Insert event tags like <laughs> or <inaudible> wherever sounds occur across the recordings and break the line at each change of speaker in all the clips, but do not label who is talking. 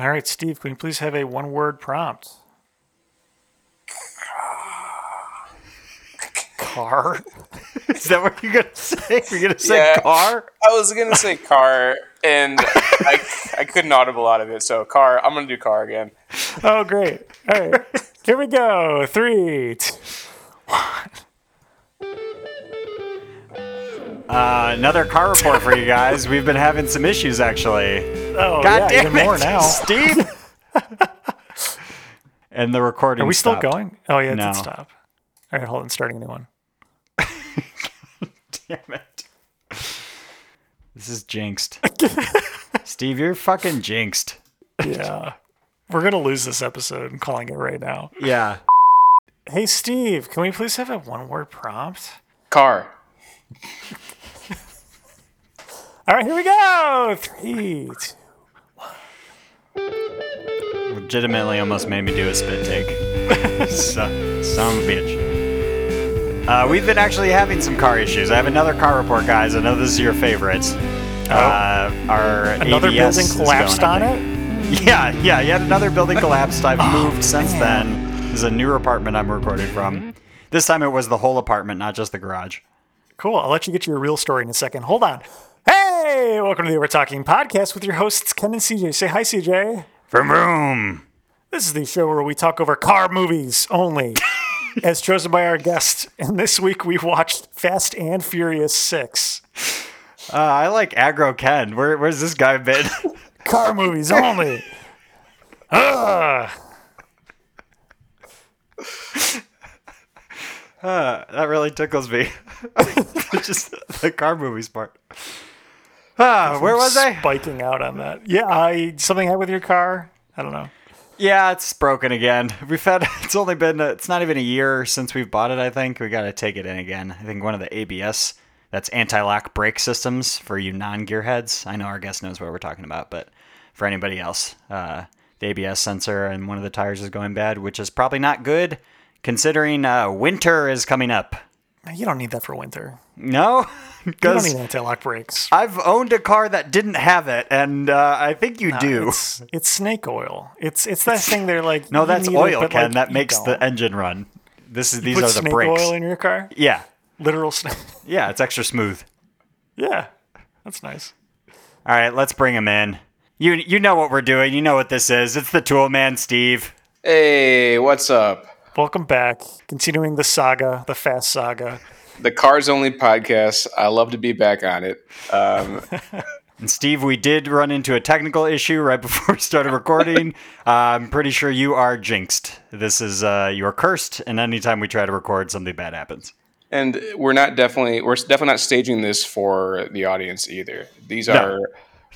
All right, Steve, can we please have a one word prompt? Car? <laughs> Is that what you're going to say? You're going to say
Yeah.
car?
I was gonna say car, and I, I couldn't audible out of it. So car, I'm gonna do car again.
Oh, great. All right. Here we go. Three. two,
Uh, another car report for you guys. We've been having some issues actually.
oh,
God
yeah,
damn
even
it,
more <laughs> now.
Steve. and the recording.
Are we still
stopped.
going? Oh, yeah, it
No.
did stop. All right, hold on. Starting a new one.
Damn it. This is jinxed. <laughs> Steve, you're fucking jinxed.
Yeah. We're going to lose this episode and calling it right now.
Yeah.
Hey, Steve, can we please have a one word prompt?
Car.
All right, here we go. Three. two-
Legitimately almost made me do a spit take. <laughs> so, son of a bitch. Uh, we've been actually having some car issues. I have another car report, guys. I know this is your favorite. Uh, our
Oh. Another
ABS is
building collapsed
going, I
on
think.
it?
Yeah, yeah, yet another building collapsed. I've moved since then. This is a newer apartment I'm recording from. This time it was the whole apartment, not just the garage.
Cool. I'll let you get to your real story in a second. Hold on. Hey, welcome to the We're Talking podcast with your hosts, Ken and CJ. Say hi, CJ.
Vroom vroom.
This is the show where we talk over car movies
<laughs>
only, as chosen by our guest. And this week we watched Fast and Furious 6.
Uh, I like aggro Ken. Where, where's this guy been? <laughs>
Car movies only. Ugh.
that really tickles me. <laughs> just the car movies part. Ah, where <laughs> was I?
Spiking out on that. Yeah, I something happened with your car. I don't know.
Yeah, it's broken again. We've had <laughs> it's only been uh, it's not even a year since we've bought it. I think we got to take it in again. I think one of the ABS that's anti-lock brake systems for you non-gearheads. I know our guest knows what we're talking about, but for anybody else, uh, the ABS sensor and one of the tires is going bad, which is probably not good considering uh, winter is coming up.
You don't need that for winter.
No, <laughs>
You don't
because
need anti-lock brakes.
I've owned a car that didn't have it, and uh, I think you do.
It's, it's snake oil. It's it's that thing they're like.
No,
you
that's
need it,
oil,
but,
Ken.
like,
that
you
makes the
don't.
engine run. This is these
Put
are the
snake
brakes.
oil in your car.
Yeah,
Literal snake. <laughs>
yeah, it's extra smooth.
yeah, that's nice.
All right, let's bring him in. You you know what we're doing. You know what this is. It's the Tool Man, Steve.
Hey, what's up?
Welcome back. Continuing the saga, the fast saga.
The Cars Only podcast. I love to be back on it. Um,
And Steve, we did run into a technical issue right <laughs> before we started recording. uh, I'm pretty sure you are jinxed. This is uh, you are cursed, and anytime we try to record, something bad happens.
and we're not definitely we're definitely not staging this for the audience either. These are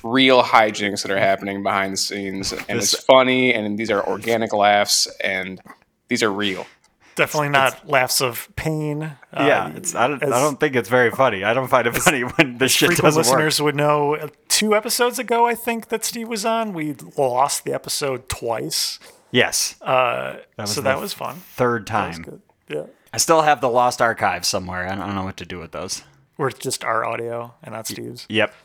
real hijinks that are happening behind the scenes, and it's funny. And these are organic laughs, and these are real.
Definitely not laughs of pain. Uh,
yeah, it's, I don't
as-
I don't think it's very funny. I don't find it funny <laughs> when the shit
frequent
doesn't work.
listeners would know. uh, Two episodes ago, I think that Steve was on. We lost the episode twice,
Yes,
uh, so
the
that was fun.
third
That
time.
was good. Yeah,
I still have the lost archive somewhere. I don't, I don't know what to do with those.
or it's just our audio and not Steve's.
Yep.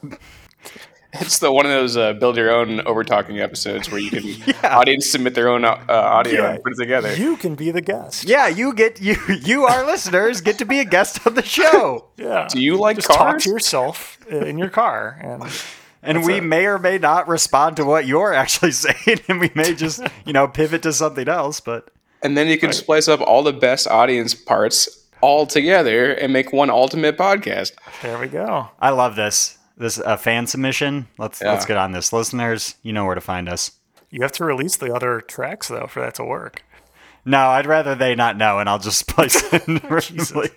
It's the one of those uh, build your own over talking episodes where you
<laughs>
can audience submit their own uh, audio
Yeah.
and put it together.
You can be the guest.
Yeah, you get you you our listeners get to be a guest on the show.
Yeah.
Do you like
just talk
cars?
to yourself uh, in your car and
<laughs> And we may or may not respond to what you're actually <laughs> saying and we may just, you know, pivot to something else, but
and then you can splice up all the best audience parts all together and make one ultimate podcast.
there we go.
I love this. This uh, fan submission. Let's let's
Yeah.
get on this. Listeners, you know where to find us.
You have to release the other tracks though for that to work.
No, I'd rather they not know and I'll just place it in <laughs> randomly.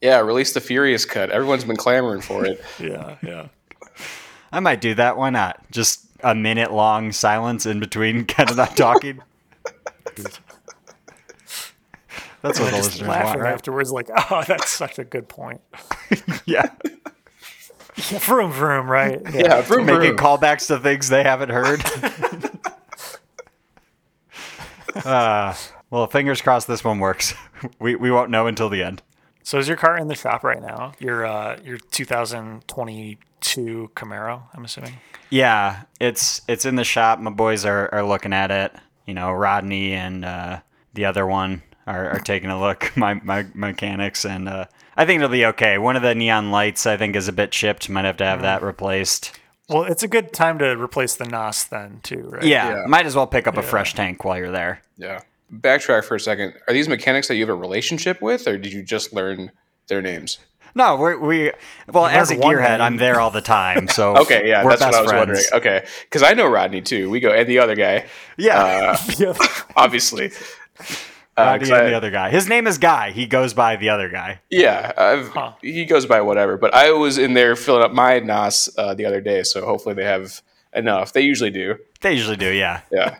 Yeah, release the Furious cut. Everyone's been clamoring for
<laughs>
it.
Yeah, yeah.
I might do that. Why not? Just a minute long silence in between <laughs> Ken and I talking. That's what the
Just
listeners
laughing
want, right? <laughs>
afterwards, like, <laughs> oh, that's such a good point. <laughs>
Yeah.
Yeah, vroom vroom,
<laughs>
right?
Yeah, vroom,
Making
vroom.
callbacks to things they
<laughs>
haven't heard. <laughs> uh, well, fingers crossed this one works. We, we won't know until the end.
So is your car in the shop right now? Your uh, your 2022 Camaro, I'm assuming.
Yeah, it's it's in the shop. My boys are, are looking at it. You know, Rodney and uh, the other one are, are taking a look. <laughs> My my mechanics and uh, I think it'll be okay. One of the neon lights I think is a bit chipped. Might have to have that replaced.
Well, it's a good time to replace the NOS then too, right?
Yeah,
Yeah.
might as well pick up a fresh tank while you're there.
Yeah. Backtrack for a second. Are these mechanics that you have a relationship with, or did you just learn their names?
No, we we well as a
learned one
gearhead,
name.
I'm there all the time.
<laughs>
So
Okay, yeah,
we're
that's what
best
I was
friends.
wondering. Okay, because I know Rodney too. We go and the other guy,
Yeah,
uh,
<laughs> Yeah.
obviously. Uh,
Rodney
'cause
and
I-
the other guy. His name is Guy. He goes by the other guy.
Yeah, I've,
Huh.
he goes by whatever. But I was in there filling up my NAS uh, the other day, so hopefully they have enough. They usually do.
They usually do. <laughs> Yeah.
Yeah,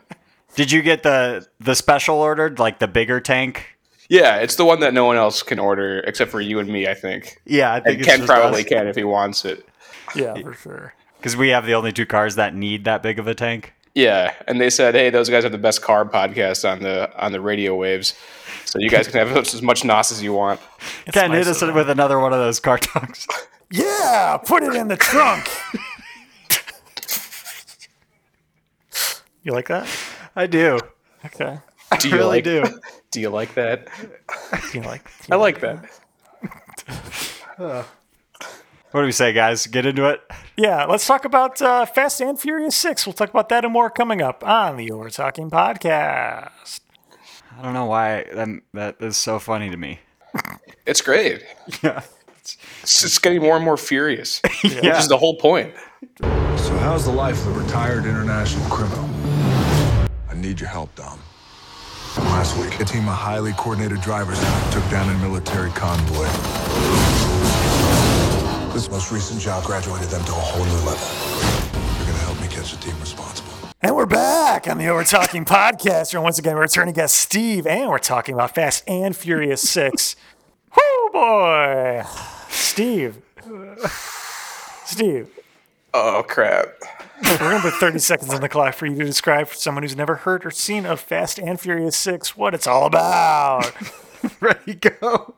Did you get the the special ordered, like the bigger tank?
yeah. It's the one that no one else can order except for you and me, I think.
Yeah, I think
And Ken probably can if he wants it.
yeah, for sure.
because we have the only two cars that need that big of a tank.
Yeah, and they said, "Hey, those guys have the best car podcast on the on the radio waves, so you guys can have as much NAS as you
<laughs>
want."
Ken
nice
hit us
of them.
with another one of those car <laughs> talks.
Yeah, put it in the trunk. <laughs> you like that?
I do.
Okay.
Do you
Really
like,
do.
Do you like that?
Do you like? do
I
you
like that.
What do we say, guys? Get into it.
Yeah, let's talk about uh, Fast and Furious 6. We'll talk about that and more coming up on the Over Talking Podcast.
I don't know why that, that is so funny to me. <laughs>
It's great.
Yeah.
It's just getting more and more furious, which
<laughs> Yeah.
is the whole point.
So, how's the life of a retired international criminal? I need your help, Dom. Last week, a team of highly coordinated drivers took down a military convoy. This most recent job graduated them to a whole new level. You're gonna help me catch the team responsible.
And we're back on the Over Talking Podcast. And once again, we're returning guest Steve, and we're talking about Fast and Furious 6. <laughs> Whoo, boy. Steve. Steve,
Oh crap!
we're going to put 30 seconds on the clock for you to describe for someone who's never heard or seen of Fast and Furious 6 what it's all <laughs> about.
Ready, go.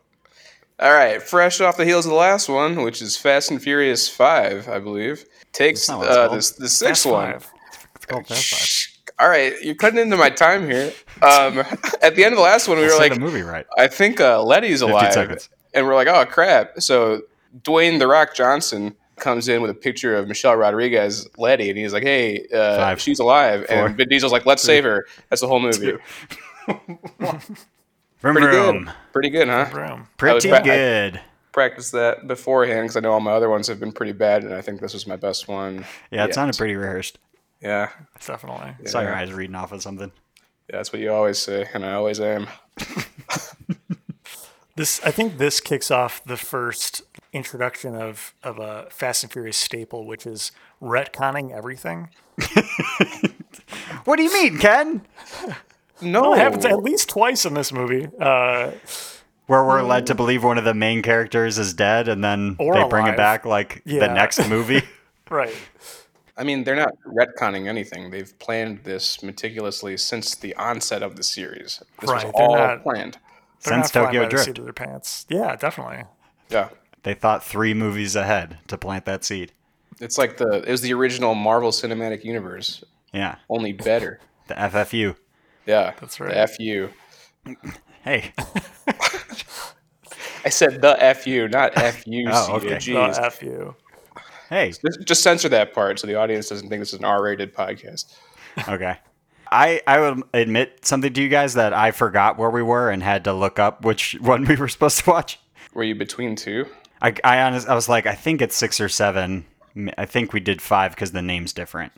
All right, fresh off the heels of the last one, which is Fast and Furious Five, I believe, takes
not what it's
uh,
called.
this the sixth one.
Five.
All right, you're cutting into my time here. Um, <laughs> at the end of the last one, we were
Say
like,
the movie right.
I think uh, Letty's alive.
seconds.
And we're like, oh, crap. So Dwayne The Rock Johnson comes in with a picture of Michelle Rodriguez, Letty, and he's like, hey, uh,
Five,
she's alive.
four,
and Vin Diesel's like, let's save her. That's the whole movie.
Vroom,
Pretty
vroom.
good. Pretty good, huh?
Room.
was
Pretty
pra- I-
good.
Practice that beforehand because I know all my other ones have been pretty bad, and I think this was my best one.
yeah, it sounded pretty rehearsed.
Yeah.
Definitely.
I Saw your eyes reading off of something.
Yeah, That's what you always say, and I always am.
This I think this kicks off the first introduction of of a Fast and Furious staple, which is retconning everything.
What do you mean, Ken?
No.
It happens at least twice in this movie, uh,
Where we're led to believe one of the main characters is dead, and then
Mm. Or
they bring
alive.
it back like the
Yeah. <laughs>
next movie.
right?
I mean, they're not retconning anything. They've planned this meticulously since the onset of the series. This
Right,
was
they're
all
not-
planned.
They're
Since
not flying
Tokyo
by the
Drift.
seat of their pants. Yeah, definitely.
Yeah.
They thought three movies ahead to plant that seed.
It's like the it was the original Marvel Cinematic Universe,
Yeah,
only better.
the FFU.
Yeah,
That's right.
The fu.
Hey,
I said the fu, not fu.
Oh, okay.
<laughs> Oh, F you.
hey.
Just, just censor that part so the audience doesn't think this is an R-rated podcast.
Okay. I, I will admit something to you guys that I forgot where we were and had to look up which <laughs> one we were supposed to watch.
Were you between two?
I I, honest, I was like, I think it's six or seven. M- I think we did five because the name's different.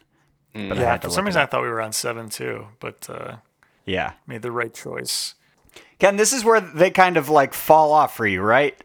But I
Yeah,
had to
for some
look it
reason I thought we were on seven too, but uh,
up. yeah.
made the right choice.
Ken, this is where they kind of like fall off for you, right?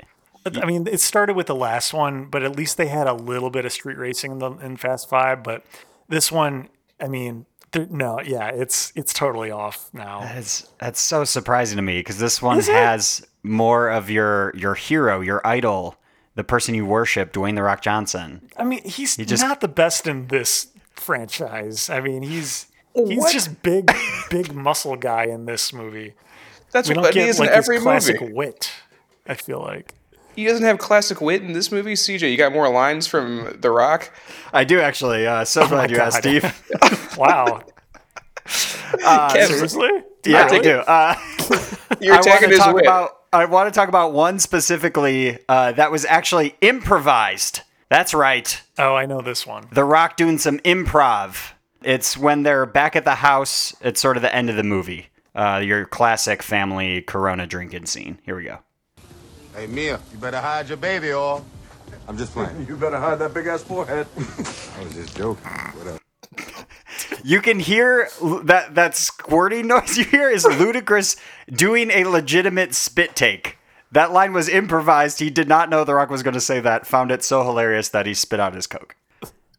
But, I mean, it started with the last one, but at least they had a little bit of street racing in, the, in Fast Five. But this one, I mean, there- no, yeah, it's it's totally off now.
That's that's so surprising to me because this one
it?
has more of your your hero, your idol, the person you worship, Dwayne the Rock Johnson.
I mean, he's
just-
not the best in this franchise. I mean, he's he's
What?
just big, big muscle guy in this movie.
That's
We
what
don't
that
get
is in
like his
every
classic
movie.
wit. I feel like.
He doesn't have classic wit in this movie, CJ. You got more lines from The Rock.
I do actually. Uh, so glad you asked,
God.
<laughs> Steve.
<laughs>
Wow.
Uh,
Kev,
Seriously?
yeah, I
take
do. Uh,
You're
I want
attacking
to
his
talk
wit.
about. I want to talk about one specifically uh, that was actually improvised. That's right.
Oh, I know this one.
The Rock doing some improv. It's when they're back at the house. It's sort of the end of the movie. Uh, your classic family Corona drinking scene. Here we go.
Hey, Mia, you better hide your baby or. I'm just playing.
<laughs> You better hide that big ass <laughs> forehead.
I was just joking. Whatever.
You can hear l- that that squirting noise you hear is ludicrous doing a legitimate spit take. That line was improvised. He did not know The Rock was going to say that. Found it so hilarious that he spit out his coke.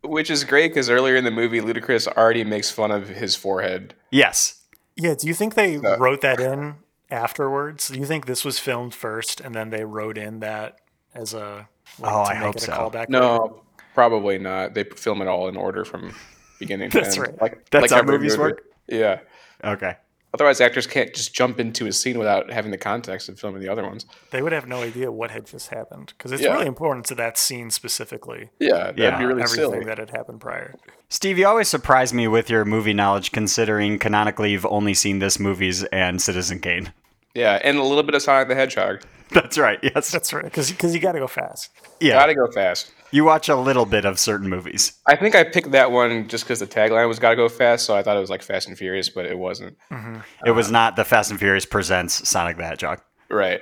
Which is great because earlier in the movie, Ludacris already makes fun of his forehead.
Yes.
Yeah, do you think they wrote that in afterwards? Do you think this was filmed first and then they wrote in that as a like,
Oh,
to
I
make
hope
it a
so.
callback?
No, probably not. They film it all in order from beginning to
That's
end.
right.
Like,
That's
like
how
every
movies
movie.
work?
Yeah.
Okay.
Otherwise, actors can't just jump into a scene without having the context of filming the other ones.
They would have no idea what had just happened because it's
Yeah.
really important to that scene specifically.
Yeah, that'd
Yeah,
be really
everything
silly.
that had happened prior.
Steve, you always surprise me with your movie knowledge, considering canonically you've only seen this movies and Citizen Kane. <laughs>
yeah, and a little bit of Sonic the Hedgehog.
That's right. Yes.
That's right, because you got to go fast.
Yeah.
Gotta go fast.
You watch a little bit of certain movies.
I think I picked that one just because the tagline was "Gotta go fast," so I thought it was like Fast and Furious, but it wasn't.
It was not the Fast and Furious presents Sonic the Hedgehog.
Right.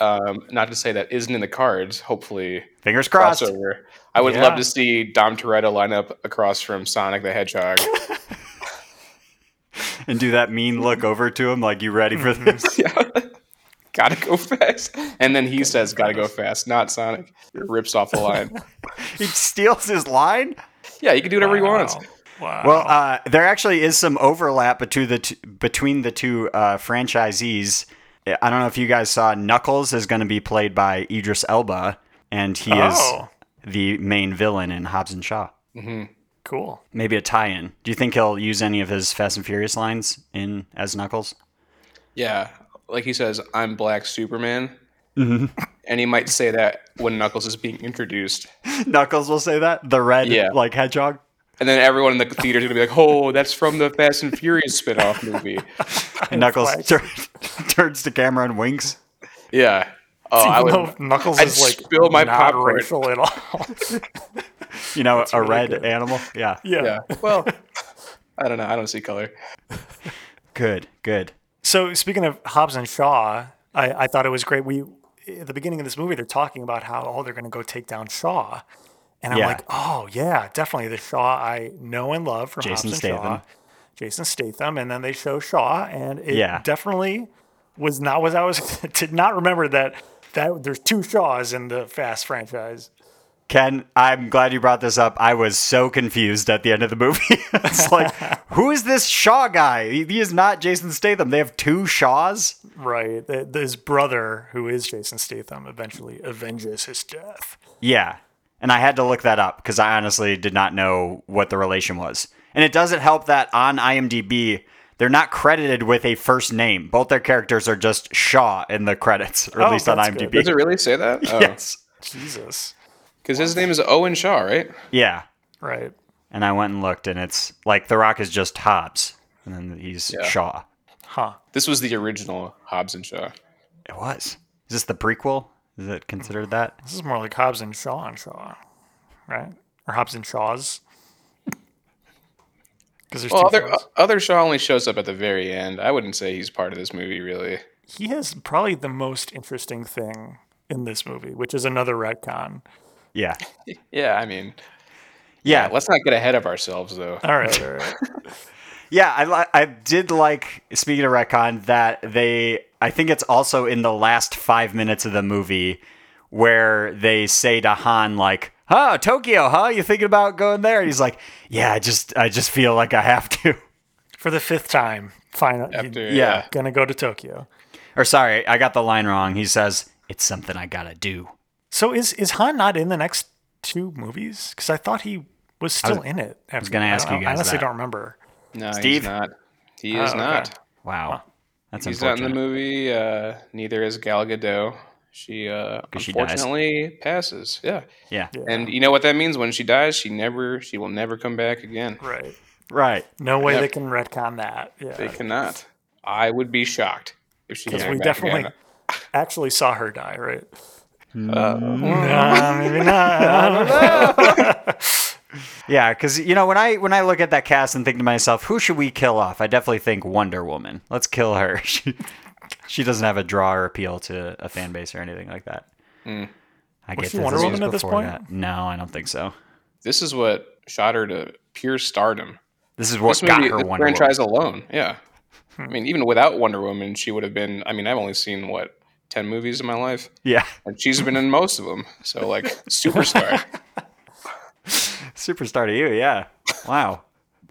Um, not to say that isn't in the cards. Hopefully,
Fingers crossed.
crossover. I would
Yeah.
love to see Dom Toretto line up across from Sonic the <laughs> Hedgehog.
And do that mean look over to him like you ready for this?
gotta go fast, and then he says, "Gotta go fast," not Sonic. It rips off the <laughs> line.
he steals his line.
yeah, you can do whatever you want.
Wow.
Well, uh, there actually is some overlap between the t- between the two uh, franchisees. I don't know if you guys saw Knuckles is going to be played by Idris Elba, and he
Oh.
is the main villain in Hobbs and Shaw.
cool.
Maybe a tie-in. Do you think he'll use any of his Fast and Furious lines in as Knuckles?
Yeah, like he says, "I'm Black Superman," Mm-hmm. and he might say that when Knuckles is being introduced,
Knuckles will say that the red
Yeah.
like hedgehog.
and then everyone in the theater is gonna be like, "Oh, that's from the Fast and Furious spinoff movie."
<laughs> And Knuckles
Flags.
tur- <laughs> turns to camera and winks.
Yeah. Oh, I
Even
would.
though Knuckles
I'd
is like
spill my
not
popcorn.
racial at all. <laughs>
You know, a
really
red
good.
animal. Yeah.
yeah.
Yeah. Well, I don't know. I don't see color.
Good. Good.
So speaking of Hobbs and Shaw, I, I thought it was great. We at the beginning of this movie, they're talking about how oh they're going to go take down Shaw, and I'm
Yeah.
like, oh yeah, definitely the Shaw I know and love from
Jason
Hobbs and Shaw,
Statham.
Jason Statham, and then they show Shaw, and it
Yeah.
definitely was not was <laughs> I was did not remember that that there's two Shaws in the Fast franchise.
Ken, I'm glad you brought this up. I was so confused at the end of the movie. <laughs>
<laughs>
it's like, who is this Shaw guy? He, he is not Jason Statham. They have two Shaws.
Right, Th- his brother, who is Jason Statham, eventually avenges his death.
Yeah. And I had to look that up because I honestly did not know what the relation was. And it doesn't help that on IMDb, they're not credited with a first name. Both their characters are just Shaw in the credits, or at
Oh,
least on
that's good. oh.
IMDb.
Does it really say that?
<laughs> Yes.
Jesus,
Because his name is Owen Shaw, right?
Yeah.
right?
And I went and looked, and it's like The Rock is just Hobbs, and then he's Shaw.
Huh?
This was the original Hobbs and Shaw.
It was. Is this the prequel? Is it considered that?
This is more like Hobbs and Shaw and Shaw, right? Or Hobbs and Shaws. <laughs> Because there's
Well,
two.
other uh,
Shaws.
other Shaw only shows up at the very end. I wouldn't say he's part of this movie, really.
He has probably the most interesting thing in this movie, which is another retcon.
Yeah.
<laughs> Yeah, I mean,
Yeah.
let's not get ahead of ourselves, though.
All right, all
<laughs>
right.
Yeah. I, li- I did like, speaking of retcon, that they, I think it's also in the last five minutes of the movie where they say to Han, like, oh, Tokyo, huh? You thinking about going there? And he's like, yeah, I just, I just feel like I have to. <laughs>
for the fifth time. Finally,
After,
Yeah.
gonna go to Tokyo.
Or sorry, I got the line wrong. He says, it's something I gotta do.
So is is Han not in the next two movies? Because I thought he was still in it. I was
gonna ask you
I
guys
honestly
that.
don't remember.
no,
Steve? Oh,
he's not. He is
okay.
not.
Wow. That's
He's not in
unfortunate.
the movie. Uh, neither is Gal Gadot. She uh,
'Cause she dies.
unfortunately passes. Yeah.
Yeah.
and you know what that means. When she dies, she never, she will never come back again.
Right.
Right.
No way
Yep.
they can retcon that.
They
Yeah.
cannot. I would be shocked if she.
Because
came
we
back
definitely
again.
actually saw her die, right?
Mm.
Uh,
maybe not. I don't know.
Yeah, because you know when I when I look at that cast and think to myself, who should we kill off? I definitely think Wonder Woman. Let's kill her. <laughs> she, she doesn't have a draw or appeal to a fan base or anything like that.
Mm.
I get
she
that
Wonder
was
Woman at this
before
point?
that. No, I don't think so.
this is what shot her to pure stardom.
This is what
this
got
movie,
her
this
Wonder Hmm.
franchise alone. Yeah, I mean, even without Wonder Woman, she would have been. I mean, I've only seen what ten movies in my life,
Woman. Yeah, <laughs>
and she's been in most of them. So like <laughs> superstar.
superstar to you. Yeah. Wow.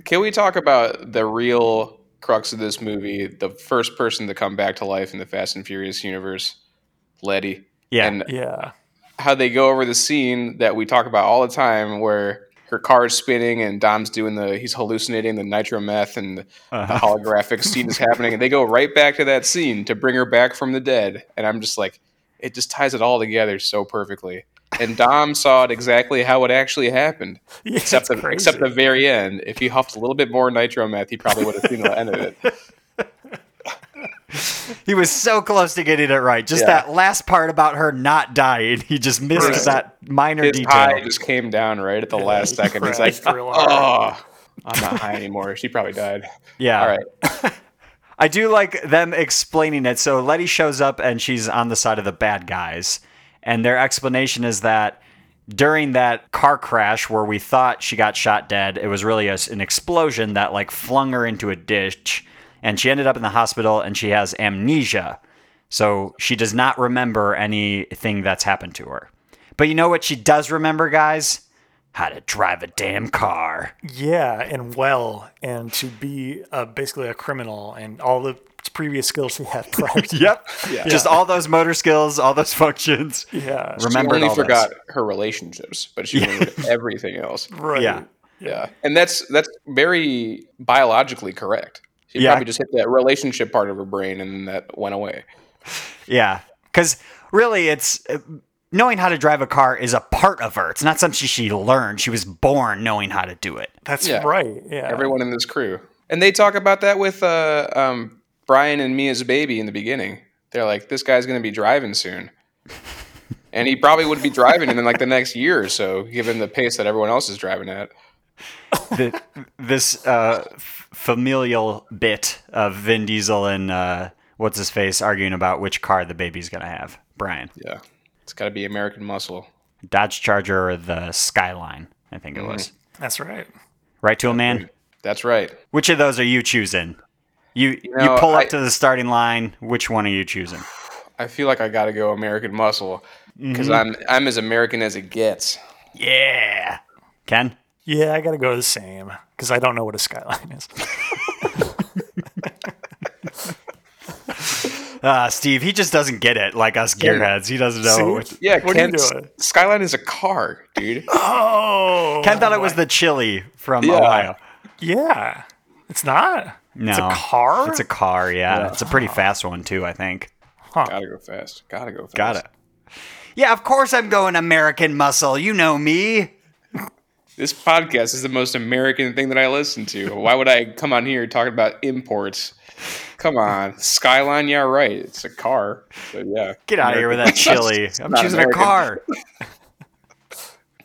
Can we talk about the real crux of this movie? The first person to come back to life in the Fast and Furious universe, Letty.
Yeah.
And
Yeah.
how they go over the scene that we talk about all the time where her car is spinning and Dom's doing the he's hallucinating the nitro meth and the, the <laughs> holographic scene is happening and they go right back to that scene to bring her back from the dead and I'm just like it just ties it all together so perfectly and Dom saw it exactly how it actually happened
Yeah,
except
it's
the, except the
crazy.
very end if he huffed a little bit more nitro meth he probably would have seen the end of
<laughs>
it
He was so close to getting it right. Just
Yeah.
that last part about her not dying, he just missed
Right.
that minor
his
detail.
high just came down right at the last second he's like
crashed real hard.
oh I'm not high anymore she probably died
Yeah.
all right
I do like them explaining it. So Letty shows up and she's on the side of the bad guys. And their explanation is that during that car crash where we thought she got shot dead, it was really a, an explosion that like flung her into a ditch. And she ended up in the hospital and she has amnesia. So she does not remember anything that's happened to her. But you know what she does remember, guys? How to drive a damn car.
Yeah, and well, and to be uh, basically a criminal and all the previous skills she had
<laughs>
prior. to-
Yep. Just all those motor skills, all those <laughs> functions.
Yeah.
Remembered
she only
all those.
forgot her relationships, but she
<laughs>
remembered everything else.
Right.
Yeah.
Yeah, and that's that's very biologically correct. She
Yeah.
probably just hit that relationship part of her brain, and that went away.
Yeah, because really, it's uh, knowing how to drive a car is a part of her. It's not something she learned. She was born knowing how to do it.
That's
Yeah.
right. Yeah.
Everyone in this crew, and they talk about that with uh, um, Brian and Mia's baby in the beginning. They're like, "This guy's going to be driving <laughs> soon," and he probably would be driving in like the next year or so, given the pace that everyone else is driving at.
The, this uh, f- familial bit of Vin Diesel and uh, what's his face arguing about which car the baby's gonna have. Brian,
Yeah, it's got to be American muscle.
Dodge Charger or the Skyline, I think it was.
That's right.
Right to a man.
That's right.
Which of those are you choosing? You you,
know,
pull up
I-
to the starting line. Which one are you choosing?
I feel like I got to go American Muscle because I'm I'm as American as it gets.
Yeah, Ken.
Yeah, I got to go the same because I don't know what a skyline is.
Uh, Steve, he just doesn't get it like us gearheads. He doesn't know.
See?
what-
Yeah,
What are you
Kent's-
doing?
Skyline is a car, <gasps> dude.
Oh.
Ken thought it was the chili from
Yeah.
Ohio.
Yeah. It's not.
No,
It's a car?
It's a car. Yeah, it's a pretty fast one too. I think.
Gotta go fast. Gotta go fast.
Got it. Yeah, of course I'm going American muscle. You know me.
This podcast is the most American thing that I listen to. Why would I come on here talking about imports? Come on, Skyline. Yeah, right. It's a car. But yeah,
Get out of here with that chili. I'm
<laughs> not
choosing
American.
a car.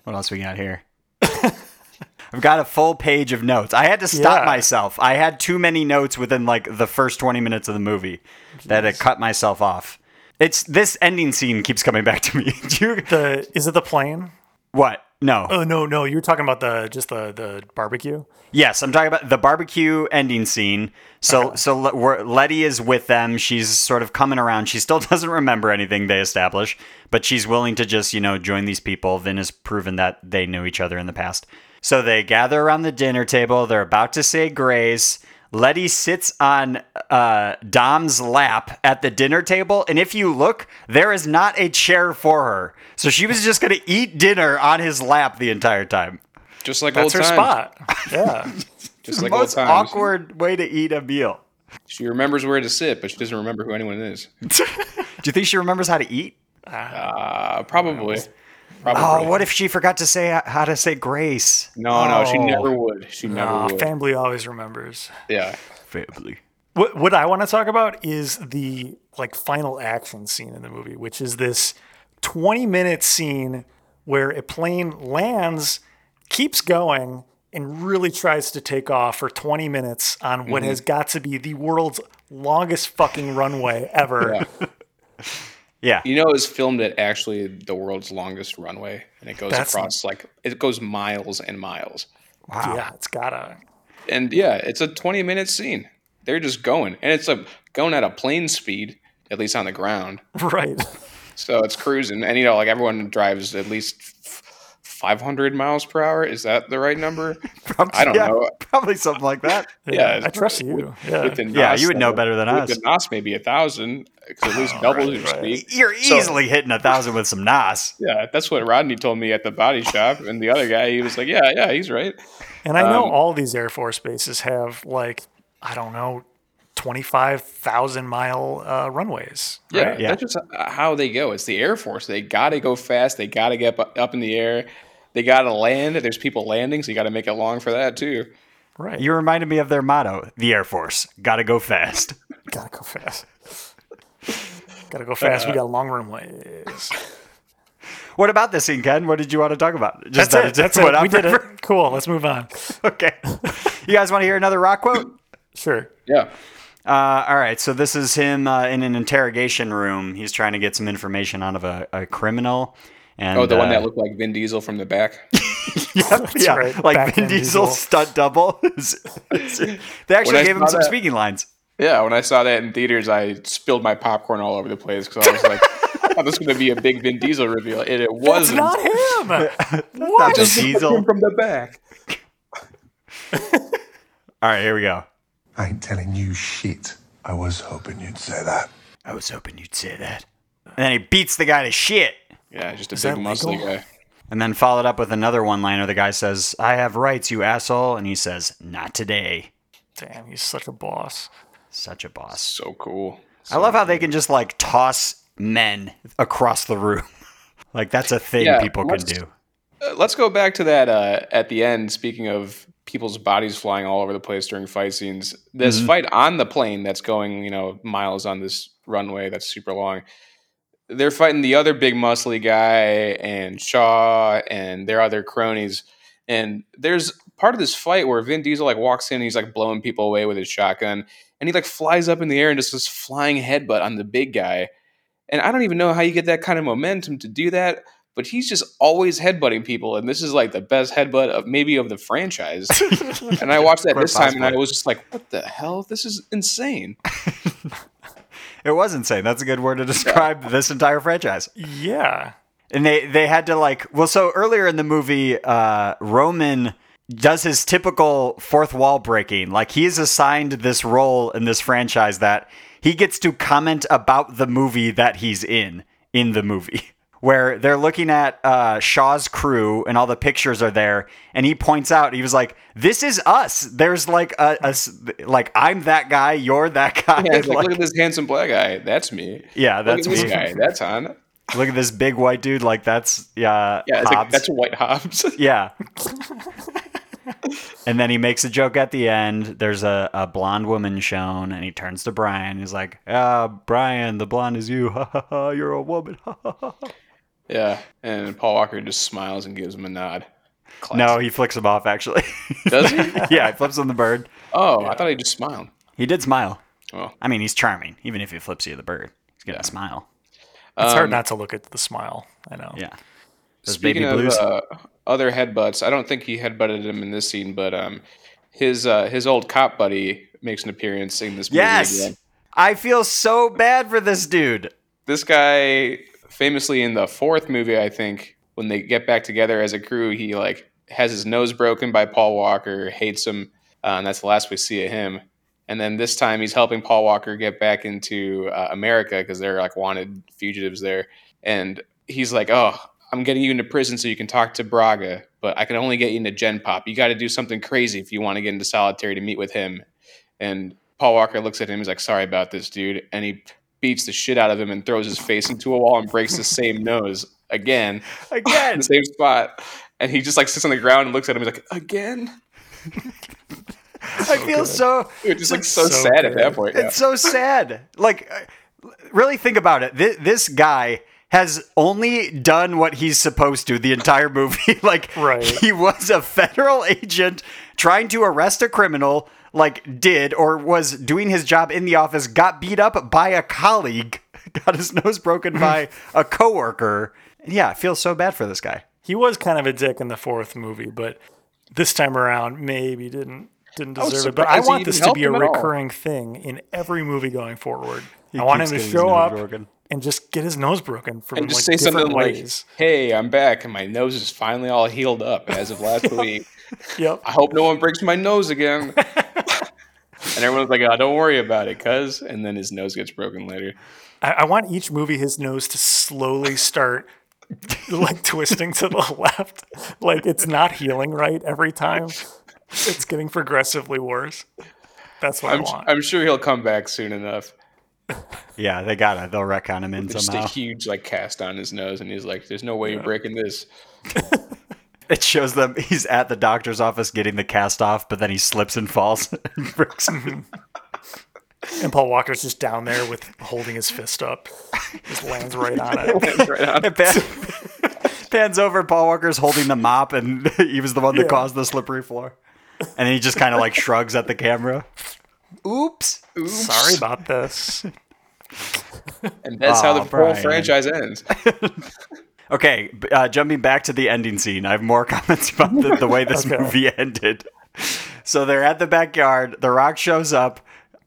what else we got here? <laughs> I've got a full page of notes. I had to stop
Yeah.
myself. I had too many notes within like the first 20 minutes of the movie that it cut myself off. It's this ending scene keeps coming back to me. <laughs> Do you,
the is it the plane?
what? No.
Oh no, no, you're talking about the just the the barbecue.
Yes, I'm talking about the barbecue ending scene. So, so Le- we're, Letty is with them. She's sort of coming around. She still <laughs> doesn't remember anything they establish, but she's willing to just, you know, join these people. Vin has proven that they knew each other in the past. So they gather around the dinner table. They're about to say grace. Letty sits on uh, Dom's lap at the dinner table, and if you look, there is not a chair for her. So she was just going to eat dinner on his lap the entire time.
Just like
That's
old
her
times. <laughs>
spot. Yeah.
Just like old
most
times.
awkward way to eat a meal.
She remembers where to sit, but she doesn't remember who anyone is.
Do you think she remembers how to eat?
Uh, probably.
Oh,
Probably.
what if she forgot to say uh, how to say grace?
no, no, she
Oh.
never would. She never
Aw,
would.
family always remembers.
yeah.
Family.
What what I want to talk about is the like final action scene in the movie, which is this 20 minute scene where a plane lands, keeps going, and really tries to take off for 20 minutes on
Mm-hmm.
what has got to be the world's longest fucking runway ever.
Yeah.
You know, it was filmed at actually the world's longest runway, and it goes
That's-
across like it goes miles and miles.
Wow. Yeah, it's gotta. <laughs>
And yeah, it's a 20 minute scene. They're just going, and it's like going at a plane speed, at least on the ground.
Right.
So it's cruising, and you know, like everyone drives at least f- 500 miles per hour. Is that the right
<laughs>
number? I don't
Yeah,
know.
Probably something
<laughs>
like that.
Yeah,
I trust you. Yeah.
With the
Yeah, you would know
level-
better than
with
us. Oh,
The NOS maybe a thousand, 'cause at least double your speed.
You're
So-
easily hitting a thousand with some Nas.
Yeah, that's what Rodney told me at the body shop, and the other guy, he was like, "Yeah, yeah, he's right."
And I know
Um,
all these Air Force bases have like, I don't know, 25,000 mile uh, runways.
Yeah,
Yeah.
that's just uh, how they go. It's the Air Force. They got to go fast. They got to get up, up in the air. They got to land. There's people landing, so you got to make it long for that too.
Right.
You reminded me of their motto, the Air Force. Gotta go fast.
Gotta go fast. Gotta go fast. we got a long runways.
What about this scene, Ken? What did you want to talk about? Just
That's
that
it.
it's
That's
what
it.
I'm
We did
referring-
it. Cool. Let's move on.
<laughs> Okay. You guys want to hear another rock quote?
Sure.
Yeah,
Uh, all right, so this is him uh, in an interrogation room. He's trying to get some information out of a, a criminal. And,
Oh, the one
uh,
that looked like Vin Diesel from the back.
<laughs> yeah,
right,
like
back
Vin
then,
Diesel
Diesel.
stunt double. <laughs> It's- it's- they
When
actually
I
gave him
saw
some
that-
speaking lines.
<laughs> yeah, when I saw that in theaters, I spilled my popcorn all over the place because I was like, <laughs> "I thought this was going to be a big Vin Diesel reveal," and it
It's
wasn't.
not him.
Not
what?
Vin Diesel.
from the back.
All right, here we go.
I ain't telling you shit. I was hoping you'd say that.
I was hoping you'd say that. And then he beats the guy to shit.
Yeah, just a
that
big muscly
legal?
guy.
And then followed up with another one liner. The guy says, I have rights, you asshole. And he says, Not today.
Damn, he's such a boss.
Such a boss.
So cool.
I love how they can just like toss men across the room. <laughs> like that's a thing
Yeah,
people can
let's-
do.
Uh, let's go back to that uh, at the end. Speaking of people's bodies flying all over the place during fight scenes, this fight on the plane that's going, you know, miles on this runway that's super long. They're fighting the other big muscly guy and Shaw and their other cronies. And there's part of this fight where Vin Diesel like walks in and he's like blowing people away with his shotgun, and he like flies up in the air and just this flying headbutt on the big guy. And I don't even know how you get that kind of momentum to do that but he's just always headbutting people, and this is like the best headbutt of maybe of the
<laughs>
franchise. and I watched that
Quite
this time, and I
possibly.
was just like, "What the hell? This is insane!"
It was insane. That's a good word to describe this entire franchise.
Yeah.
And they they had to like well, so earlier in the movie, uh, Roman does his typical fourth wall breaking. Like he is assigned this role in this franchise that he gets to comment about the movie that he's in in the movie. <laughs> Where they're looking at uh, Shaw's crew and all the pictures are there, and he points out he was like, "This is us." There's like a, a s- like I'm that guy, you're that <laughs> guy.
Yeah, it's like,
Like-
look at this handsome black guy. That's me.
Yeah, that's
look at
me.
this guy. That's on.
Look at this big white dude. Like that's yeah,
Yeah, it's like,
Hobbs.
that's White Hobbs. <laughs>
<laughs> yeah. and then he makes a joke at the end. There's a, a blonde woman shown, and he turns to Brian. He's like, "Ah, Brian, the blonde is you. <laughs> Ha ha ha. You're a woman. <laughs> Ha ha ha."
yeah, and Paul Walker just smiles and gives him a nod.
No,
Classic.
he flicks him off actually. <laughs>
does he?
yeah, he flips on the bird.
Oh, I thought he just smiled.
He did smile.
Well,
I mean, he's charming. Even if he flips you the bird, he's gonna smile.
It's hard not to look at the smile. I know.
Yeah. Those
Speaking
baby blues.
of uh, other headbutts, I don't think he headbutted him in this scene, but um, his uh, his old cop buddy makes an appearance in this movie.
yes.
again.
I feel so bad for this dude.
this guy famously in the fourth movie, I think, when they get back together as a crew, he like has his nose broken by Paul Walker, hates him, uh, and that's the last we see of him. And then this time, he's helping Paul Walker get back into uh, America because they're like wanted fugitives there. And he's like, "Oh, I'm getting you into prison so you can talk to Braga, but I can only get you into Gen Pop. You got to do something crazy if you want to get into solitary to meet with him." And Paul Walker looks at him. He's like, "Sorry about this, dude," and he beats the shit out of him and throws his face into a wall and breaks the same nose again,
Again.
the same spot. And he just like sits on the ground and looks at him. He's like, again.
<laughs> I feel so.
It just looks so,
so
sad at
good.
that point. Yeah.
It's so sad. Like, uh, really think about it. This, this guy has only done what he's supposed to the entire movie. <laughs> like,
Right.
he was a federal agent trying to arrest a criminal, like, did or was doing his job in the office, got beat up by a colleague, <laughs> got his nose
<laughs>
broken by a coworker. Yeah, I feel so bad for this guy.
He was kind of a dick in the fourth movie, but this time around, maybe didn't didn't
was
deserve it. But I
surprised he
want
didn't
this to
help
be a
him at all.
recurring thing in every movie going forward. I want him
keeps
to
getting his
show
nose
up
broken.
and just get his nose broken from
and just
like
say something
different ways.
like, "Hey, I'm back, and my nose is finally all healed up as of last
<laughs>
week.
yep.
I hope no one breaks my
<laughs>
nose again." and everyone's like, "Oh, don't worry about it, cuz." And then his nose gets broken later.
I, I want each movie his nose to slowly start <laughs> like twisting to the <laughs> left. Like it's not healing right every time. It's getting progressively worse. That's what i
I'm,
want.
I'm sure he'll come back soon enough.
Yeah, they gotta. They'll wreck on him in
Just
somehow.
a huge like cast on his nose, and he's like, "There's no way you're
<laughs>
breaking this." <laughs>
It shows them he's at the doctor's office getting the cast off, but then he slips and falls. <laughs> and
<laughs>
breaks it.
Mhm. and Paul Walker's just down there with holding his fist up. Just lands right on it.
<laughs> Right on.
Pan- pans over, Paul Walker's holding the mop, and <laughs> he was the one that
Yeah.
caused the slippery floor. And then he just kind of like shrugs at the camera. Oops.
Sorry about this.
And that's how the
Aw,
whole
Brian.
franchise
<laughs>
ends.
Okay, b- uh, jumping back to the ending scene, I have more <laughs> comments about the, the way this
Okay.
movie <laughs> ended. So they're at the backyard. The Rock shows up.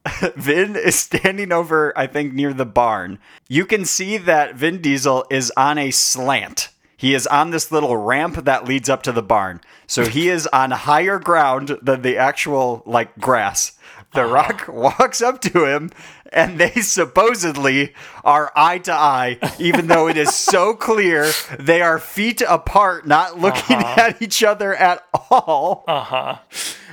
<laughs> Vin is standing over, I think, near the barn. You can see that Vin Diesel is on a slant. He is on this little ramp that leads up to the barn. So he is on higher ground than the actual, like, grass. The Rock <laughs> walks up to him, and they supposedly are eye to eye, even though it is so clear they are feet apart, not looking at each other at all. Uh huh.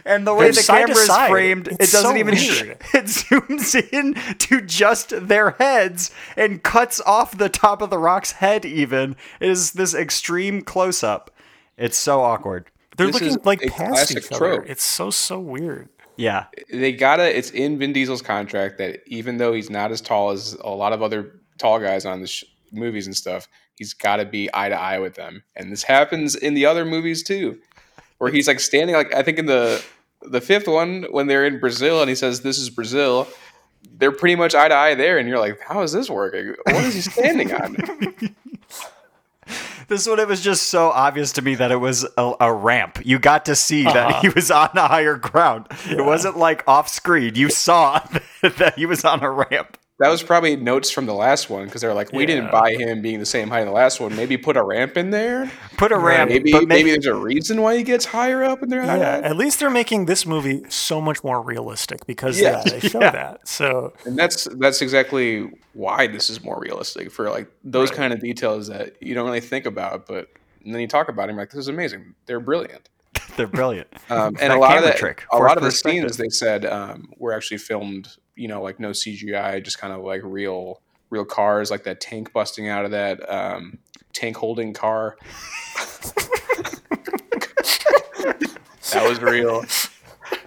And the way
They're
the
side to
camera is
side.
framed, it
It's
doesn't
so
even
weird.
<laughs> it zooms in to just their heads and cuts off the top of the rock's head. Even it is this extreme close up. It's so awkward.
They're
This is
looking like
a
past
classic
each other.
trope.
It's so so weird.
Yeah,
they gotta it's in Vin Diesel's contract that even though he's not as tall as a lot of other tall guys on the sh- movies and stuff, he's gotta be eye to eye with them. And this happens in the other movies too, where he's like standing like I think in the the fifth one when they're in Brazil and he says this is Brazil. They're pretty much eye to eye there, and you're like, "How is this working? What is he standing
<laughs>
on?"
this one it was just so obvious to me that it was a, a ramp. You got to see
Uh-huh.
that he was on a higher ground. It wasn't like off screen. You saw <laughs> that he was on a ramp.
That was probably notes from the last one because they're like, "We didn't
Yeah.
buy him being the same height in the last one. Maybe put a ramp in there.
Put a ramp,
Maybe
but
maybe
maybe
there's a reason why he gets higher up in their eye."
Yeah, Uh, at least they're making this movie so much more realistic because
Yeah.
yeah, they show that. So
and that's that's exactly why this is more realistic for like those kind of details that you don't really think about but and then you talk about them like this is amazing they're brilliant <laughs>
they're brilliant.
um, and
That
a lot of
camera
that,
trick,
a
forced
lot of the
perspective.
scenes they said um, were actually filmed you know like no cgi just kind of like real real cars like that tank busting out of that um, tank holding car that was real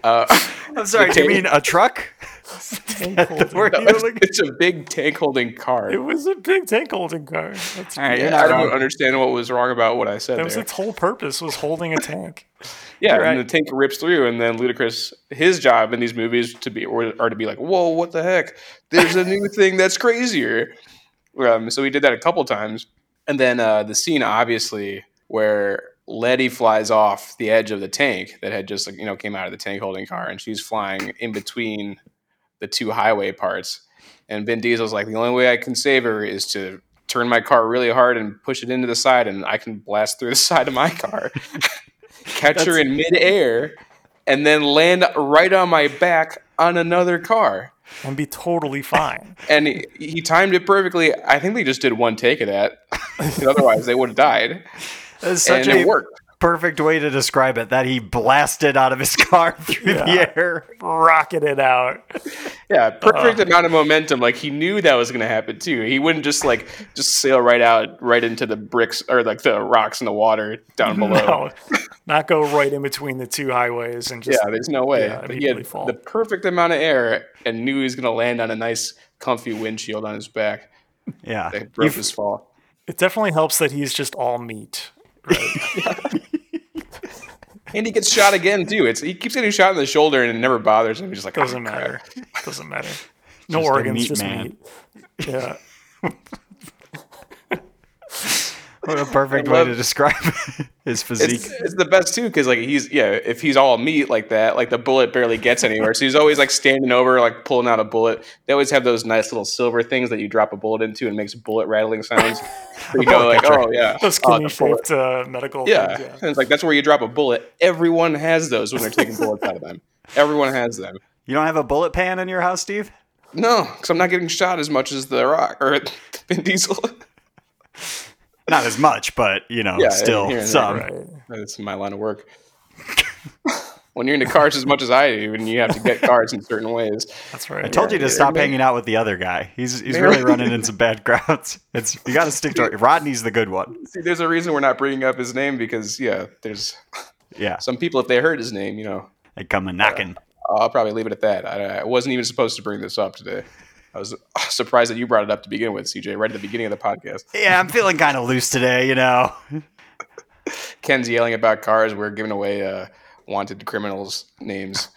I'm sorry. Do you mean a truck? <laughs>
<laughs> tank
The word
<laughs>
holding.
you were looking-
it's a big tank holding car
it was a big tank holding car. That's,
All right, you're
Yeah,
not
I don't
wrong.
understand what was wrong about what I said.
that was
there.
its whole purpose was holding a tank.
Yeah,
You're
and the
right.
tank rips through, and then Ludacris, his job in these movies to be or are to be like, "Whoa, what the heck? There's a new thing that's crazier." Um, so he did that a couple times, and then uh, the scene obviously where Letty flies off the edge of the tank that had just like you know came out of the tank holding car, and she's flying in between the two highway parts, and Vin Diesel's like, "The only way I can save her is to." Turn my car really hard and push it into the side, and I can blast through the <laughs> side of my car catch her in midair, and then land right on my back on another car.
And be totally fine.
And he, he timed it perfectly. I think they just did one take of that. <laughs> 'cause Otherwise, they would have died.
That's such
and
a
it worked.
perfect way to <laughs>
<laughs>
describe it that he blasted out of his car through
Yeah.
the air.
Rocketed out.
Yeah, perfect amount of momentum. Like he knew that was going to happen too. He wouldn't just like just sail right out right into the bricks or like the rocks in the water down below.
No, <laughs> not go right in between the two highways and just
Oh. Yeah, there's no way.
Yeah,
but he had
immediately fall.
the perfect amount of air and knew he was going to land on a nice, comfy windshield on his back.
Yeah.
That broke his fall.
It definitely helps that he's just all meat.
<laughs>
And he gets shot again too. It's he keeps getting shot in the shoulder and it never bothers him. He's just like
Doesn't
"Ah, crap."
matter. Doesn't matter. No
Just a
organs,
meat
just
man.
meat.
<laughs>
Yeah.
<laughs>
What a perfect way
love-
to describe <laughs> his physique.
It's, it's the best too because like he's yeah if he's all meat like that like the bullet barely gets anywhere so he's always like standing over like pulling out a bullet they always have those nice little silver things that you drop a bullet into and makes bullet
<laughs>
rattling sounds you go like oh yeah
Those
Oh,
kidney
the bullet.
shaped uh, medical
yeah
things,
And it's like that's where you drop a bullet everyone has those when they're taking bullets out of them everyone has them
You don't have a bullet pan in your house, Steve?
no because I'm not getting shot as much as the Rock or <laughs> Vin Diesel
Not as much, but you know,
Yeah, here
still
and there,
some.
right.
that's my line of work. <laughs> When you're into cars as much as I do, and you have to get cars in certain ways,
That's right.
I told you to
Yeah,
stop
man.
hanging out with the other guy. He's he's
Man.
really
<laughs>
running in some bad crowds. It's you got to stick to it. Rodney's the good one.
See, there's a reason we're not bringing up his name because yeah, there's
Yeah,
some people if they heard his name, you know,
they come a knocking.
I'll probably leave it at that. I, I wasn't even supposed to bring this up today. I was <laughs> surprised that you brought it up to begin with, CJ, right at the beginning of the podcast.
Yeah, I'm feeling kind of loose today. You know,
Ken's yelling about cars. We're giving away uh, wanted criminals' names.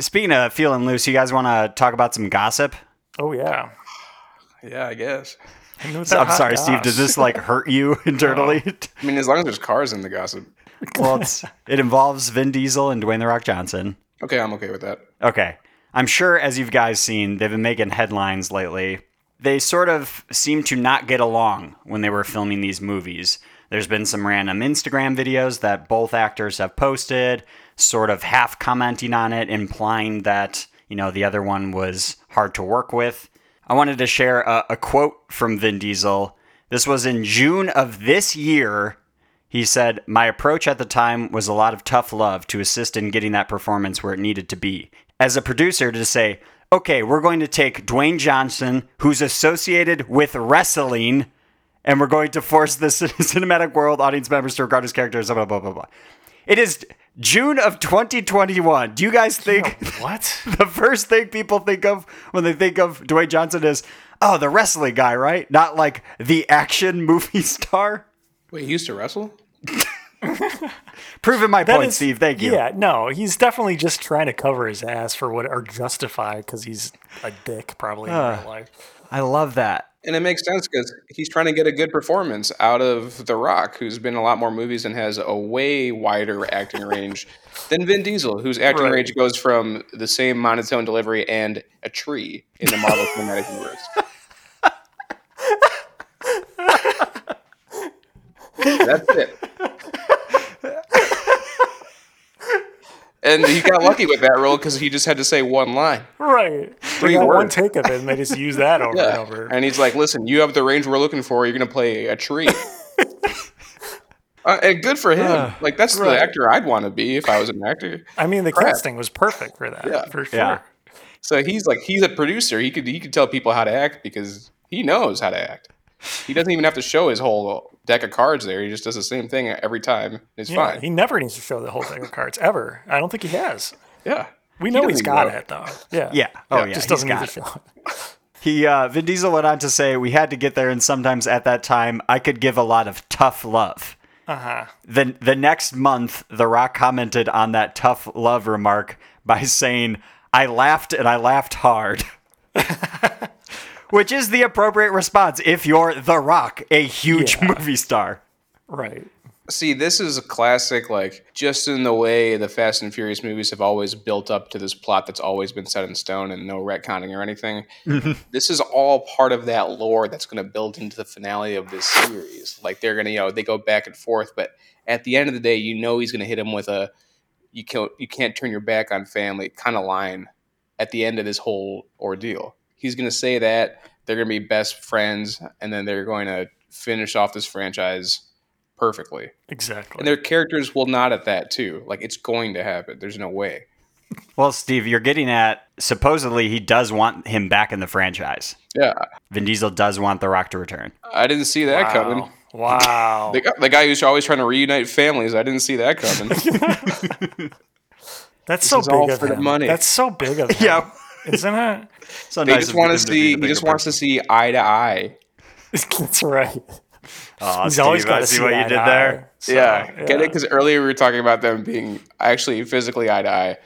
Speaking of feeling loose, you guys want to talk about
<laughs>
some gossip?
Oh yeah.
<laughs> Yeah, I guess.
I knew
So-
that
I'm
hot
sorry, Steve.
goss.
Does this like hurt you <laughs> internally?
I mean, as long as there's cars in the gossip,
well, it's, it involves Vin Diesel and Dwayne the Rock Johnson.
okay, I'm okay with that.
Okay, I'm sure as you've guys seen, they've been making headlines lately. They sort of seem to not get along when they were filming these movies. There's been some random Instagram videos that both actors have posted, sort of half commenting on it, implying that, you know, the other one was hard to work with. I wanted to share a, a quote from Vin Diesel. This was in June of this year. He said, My approach at the time was a lot of tough love to assist in getting that performance where it needed to be. As a producer, to say, okay, we're going to take Dwayne Johnson, who's associated with wrestling, and we're going to force the <laughs> cin- cinematic world audience members to regard his character as blah, blah, blah, blah. It is June of 2021. Do you guys think
What?
<laughs> the first thing people think of when they think of Dwayne Johnson is, oh, the wrestling guy, right? Not like the action movie <laughs> star?
Wait, he used to wrestle?
Proving my
That
point,
is-
Steve. Thank you.
Yeah, no, he's definitely just trying to cover his ass for what, or justify because he's a dick, probably in
Ah.
real life.
I love that.
And it makes sense because he's trying to get a good performance out of The Rock, who's been in a lot more movies and has a way wider acting range than Vin Diesel, whose acting
Right.
range goes from the same monotone delivery and a tree in the Marvel Cinematic Universe. That's it. and he got lucky with that role because he just had to say one line.
Right.
Three
They got one
words.
take of it and they just use
<laughs>
that over and over.
<laughs> And he's like, "Listen, you have the range we're looking for. You're gonna play
<laughs>
a tree." uh, and good for him.
Ah,
like that's the actor I'd want to be if I was an actor.
I mean, the casting was perfect for that,
Yeah.
for sure.
Yeah.
So he's like, he's a producer. He could he could tell people how to act because he knows how to act. He doesn't even have to show his whole deck of cards there. He just does the same thing every time. It's
Yeah,
fine.
he never needs to show the whole deck of cards ever. I don't think he has.
yeah.
We know he's
doesn't
got
know.
it though. Yeah.
<laughs> Yeah. Oh yeah.
Just
he's
doesn't need
got
to
it.
show it.
He uh, Vin Diesel went on to say, "We had to get there, and sometimes at that time, I could give a lot of tough love." Uh huh. The the next month, The Rock commented on that tough love remark by <laughs> saying, "I laughed and I laughed hard." <laughs> Which is the appropriate response if you're The Rock, a huge
Yeah.
movie star.
Right.
See, this is a classic, like, just in the way the Fast and Furious movies have always built up to this plot that's always been set in stone and no retconning or anything. This is all part of that lore that's going to build into the finale of this series. Like, they're going to, you know, they go back and forth, but at the end of the day, you know he's going to hit him with a, you can't, you can't turn your back on family kind of line at the end of this whole ordeal. He's going to say that. They're going to be best friends, and then they're going to finish off this franchise perfectly.
Exactly.
And their characters will nod at that too. Like it's going to happen. There's no way.
Well, Steve, you're getting at supposedly he does want him back in the franchise.
Yeah,
Vin Diesel does want The Rock to return.
I didn't see that coming.
Wow. Wow.
The, gu- the guy who's always trying to reunite families, I didn't see that coming.
That's so
is
big
all
of
for the
him.
money.
That's so big
<laughs>
of him.
Yeah.
Isn't
<laughs>
it?
So
they
nice
just
of
want to
him be
see.
the
He
bigger
just wants to
person.
see eye to eye.
That's right.
Aw,
He's always
Steve, I
got to
see what you
eye
did
to eye.
there.
So,
get it? Because earlier we were talking about them being actually physically eye to eye,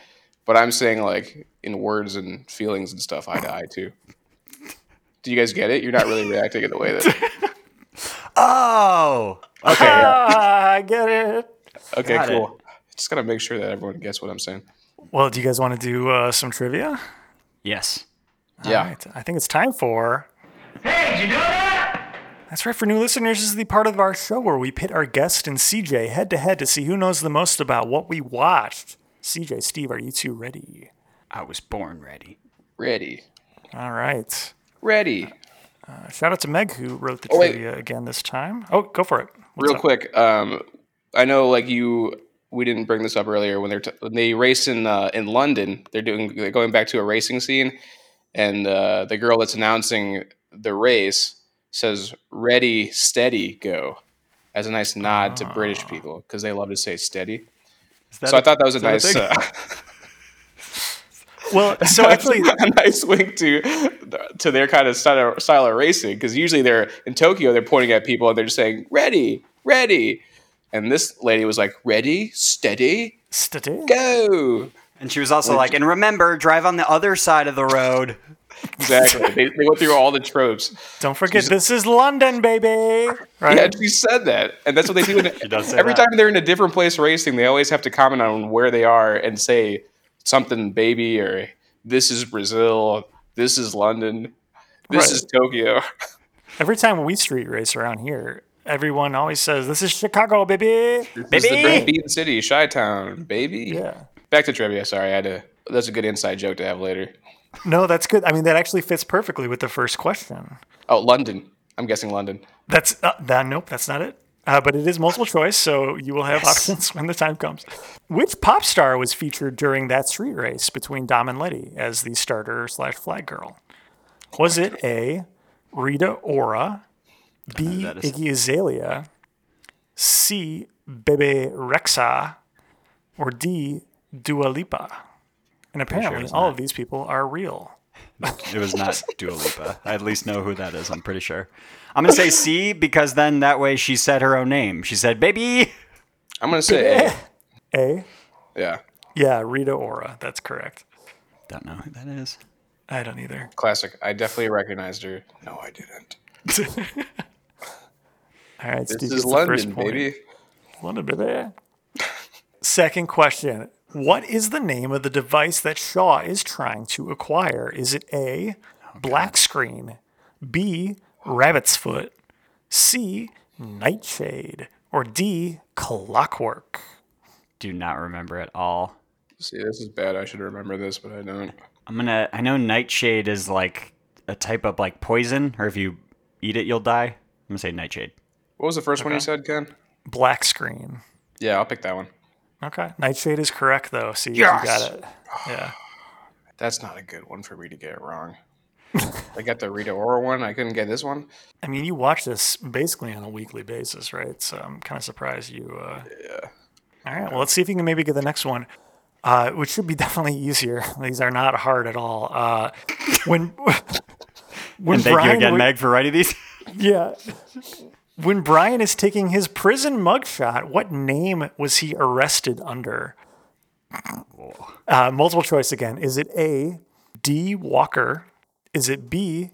but I'm saying like in words and feelings and stuff, eye to eye too. Do you guys get it? You're not really reacting in the way that.
Oh, okay.
Ah, I get it.
Okay,
Got it.
cool. Just gotta make sure that everyone gets what I'm saying.
Well, do you guys want to do uh, some trivia?
yes.
yeah.
All right. I think it's time for. Hey, did you do that? That's right. For new listeners, this is the part of our show where we pit our guest and CJ head to head to see who knows the most about what we watched. CJ, Steve, are you two ready?
I was born ready.
Ready.
All right.
Ready.
Shout out to Meg who wrote the
Oh, wait.
trivia again this time. Oh, go for it. What's
Real
up?
quick, um, I know like you. We didn't bring this up earlier when they're t- when they race in uh, in London. They're doing they're going back to a racing scene, and uh, the girl that's announcing the race says "Ready, steady, go," as a nice nod to British people because they love to say "steady."
Ah. Is that
So I
a-
thought that was a
is that a
nice
thing?
uh, <laughs>
Well, so actually,
a nice wink to to their kind of style of, style of racing because usually they're in Tokyo they're pointing at people and they're just saying ready ready and this lady was like ready steady
Steady.
go
And she was also like, and remember, drive on the other side of the road. <laughs>
exactly they, they went through all the tropes
Don't forget, this is London, baby. Right?
yeah she said that and that's what they
<laughs>
do in,
does say
every
that.
time they're in a different place racing they always have to comment on where they are and say something baby or this is Brazil this is London this
Right.
is Tokyo
Every time we street race around here, everyone always says, "This is Chicago, baby."
This is the
Baby!
Great Bean City, Chi Town, baby.
Yeah.
Back to trivia. Sorry, I had to. That's a good inside joke to have later.
No, that's good. I mean, that actually fits perfectly with the first question.
Oh, London. I'm guessing London.
That's uh, that. Nope, that's not it. Uh, but it is multiple choice, so you will have options <laughs> when the time comes. Which pop star was featured during that street race between Dom and Letty as the starter slash flag girl? Was it A. Rita Ora, B.
Uh, that is-
Iggy Azalea, C. Bebe Rexha, or D. Dua Lipa? And apparently, all of these people are real.
It was not Dua Lipa. I at least know who that is. I'm pretty sure. I'm gonna say C because then that way she said her own name. She said, "Baby."
I'm gonna say. A.
A.
Yeah,
Yeah, Rita Ora. That's correct.
Don't know who that is.
I don't either.
classic. I definitely recognized her. No, I didn't.
All right,
This
Steve gets
is
the first
London,
point.
baby.
Wanna be there. Second question. What is the name of the device that Shaw is trying to acquire? Is it A, black screen, B, rabbit's foot, C, nightshade, or D, clockwork?
Do not remember at all.
See, this is bad. I should remember this, but I don't.
I'm gonna. I know nightshade is like a type of like poison, or if you eat it, you'll die. I'm gonna say nightshade.
What was the first one you said, Ken?
Black screen.
Yeah, I'll pick that one.
Okay. Nightshade is correct though. See, you got it. Yeah.
That's not a good one for me to
<laughs>
get wrong. I got the Rita Ora one. I couldn't get this one.
I mean, you watch this basically on a weekly basis, right? So I'm kind of surprised you. Uh... Yeah. All right. Well, let's see if you can maybe get the next one, uh, which should be <laughs> definitely easier. These are not hard at all. Uh, when <laughs> when
And thank
Brian
you again,
wa-
Meg, for writing these.
Yeah. When Brian is taking his prison mugshot, what name was he arrested under? Uh, multiple choice again. Is it A, D. Walker? Is it B,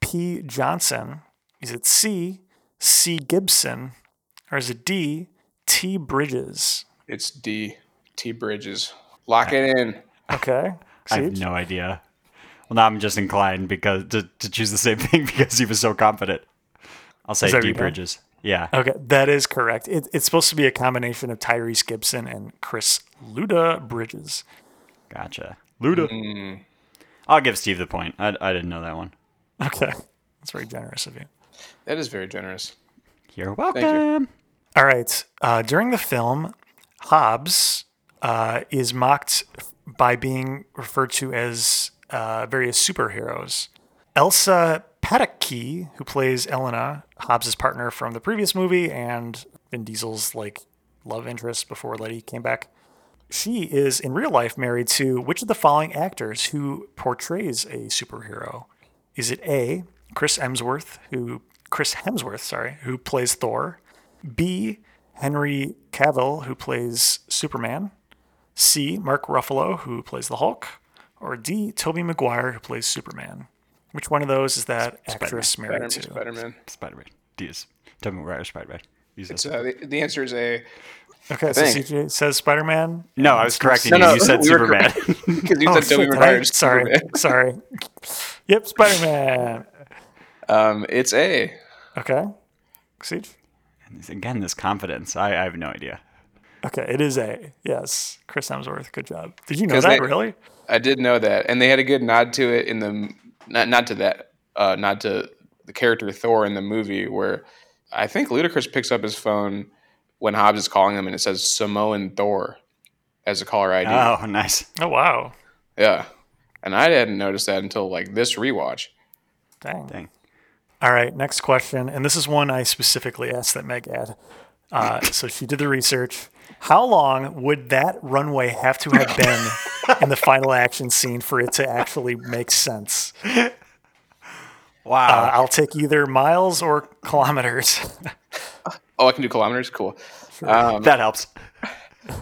P. Johnson? Is it C, C. Gibson? Or is it D, T. Bridges?
It's D. T Bridges. Lock it in.
Okay.
<laughs> I have
See?
no idea. Well, now I'm just inclined because to, to choose the same <laughs> thing because he was so confident. I'll say
Is that Oh.
D
your guy?
Bridges. Yeah.
Okay, that is correct. It, it's supposed to be a combination of Tyrese Gibson and Chris Luda Bridges.
Gotcha. Luda. I'll give Steve the point. I, I didn't know that one.
Okay. That's very generous of you.
That is very generous.
You're
you.
welcome.
All right. Uh, during the film, Hobbs uh, is mocked by being referred to as uh, various superheroes. Elsa Pataky, who plays Elena, Hobbs' partner from the previous movie and Vin Diesel's like love interest before Letty came back, she is in real life married to which of the following actors who portrays a superhero? Is it A, Chris Hemsworth, who Chris Hemsworth, sorry, who plays Thor? B, Henry Cavill, who plays Superman? C, Mark Ruffalo, who plays the Hulk? Or D, Toby Maguire, who plays Superman? Which one of those is that actress married to?
Spider Man.
Spider Man. D is Tobey Maguire Spider Man.
It's uh, the, the answer
<laughs>
is A.
Okay, so
think.
CJ says Spider Man.
No, I was correcting you. you said
<laughs> we were
Superman. <laughs>
correct. Because you
Oh,
said Toby
shit, did I-
Maguire. is
sorry,
Superman.
sorry. Yep, Spider Man.
<laughs> Um, it's A.
Okay, Siege.
Again, this confidence. I, I have no idea.
Okay, it is A. Yes, Chris Hemsworth. Good job. Did you know
'Cause
that
they-
really?
I did know that, and they had a good nod to it in the not not to that uh, not to the character Thor in the movie where I think Ludacris picks up his phone when Hobbs is calling him, and it says Samoan Thor as a caller ID.
Oh, nice.
Oh wow,
Yeah, and I hadn't noticed that until like this rewatch.
dang.
Dang.
All right, next question, and this is one I specifically asked that Meg had. Uh, so she did the research. How long would that runway have to have been in the final action scene for it to actually make sense?
Wow.
Uh, I'll take either miles or kilometers.
Oh, I can do kilometers. Cool. Um,
that helps.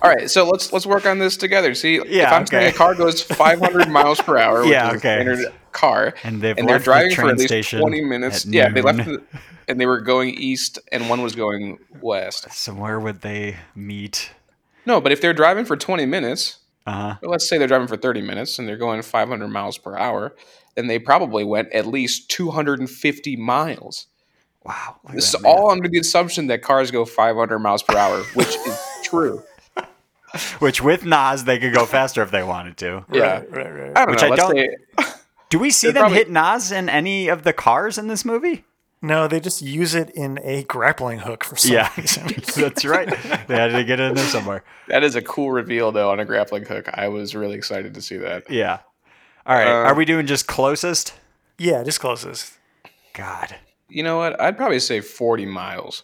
all right, so let's let's work on this together. See, if
Yeah,
I'm saying
okay.
a car
<laughs>
goes 500 miles per hour, which
Yeah,
is a
okay.
standard car,
And they've
they're
left the
driving
train
for at least
station
20 minutes.
at
Yeah, they left,
noon.
the, and they were going east, and one was going west.
So where would they meet?
No, but if they're driving for 20 minutes,
Uh-huh.
well, let's say they're driving for 30 minutes, and they're going 500 miles per hour, then they probably went at least 250 miles.
Wow. look at
This
that
is
man.
all under the assumption that cars go 500 miles per hour, which
<laughs>
is true.
Which with Nas, they could go faster if they wanted to.
Yeah.
<laughs> Right, right, right.
I don't
Which
know.
I
let's
don't-
say-
Do we see
They're
them
probably-
hit Nas in any of the cars in this movie?
No, they just use it in a grappling hook for some
<laughs> Yeah.
reason.
That's right. they had to get in there somewhere.
That is a cool reveal, though, on a grappling hook. I was really excited to see that.
Yeah. All right.
Uh,
Are we doing just closest?
yeah, just closest.
God,
You know what? I'd probably say 40 miles.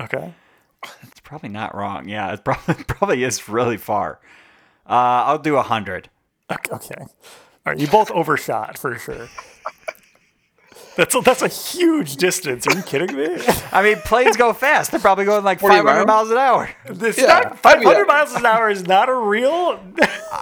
Okay.
it's probably not wrong. Yeah, <laughs> it probably probably is really far. Uh, I'll do hundred.
Okay. okay. All right, you both overshot for sure. That's a, that's a huge distance. Are you kidding me? <laughs>
I mean,
<laughs>
planes go fast. They're probably going like
40
500 miles?
miles?
an hour.
It's
Yeah,
not
probably
500
that.
miles an hour is not a real. <laughs>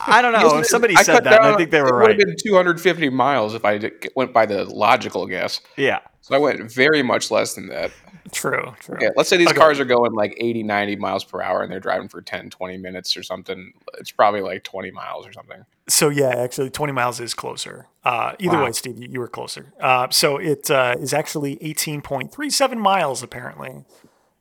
I don't know. Oh, If somebody said
cut
that,
down-
I think they
it
were
would
right.
have been 250 miles if I did- went by the logical guess. <laughs>
Yeah.
So I went very much less than that.
True. True.
Yeah, let's say these cars are going like 80, 90 miles per hour and they're driving for 10, 20 minutes or something. It's probably like 20 miles or something.
So yeah, actually, 20 miles is closer. Uh, either way, Steve, you, you were closer. Uh, so it uh, is actually 18.37 miles apparently.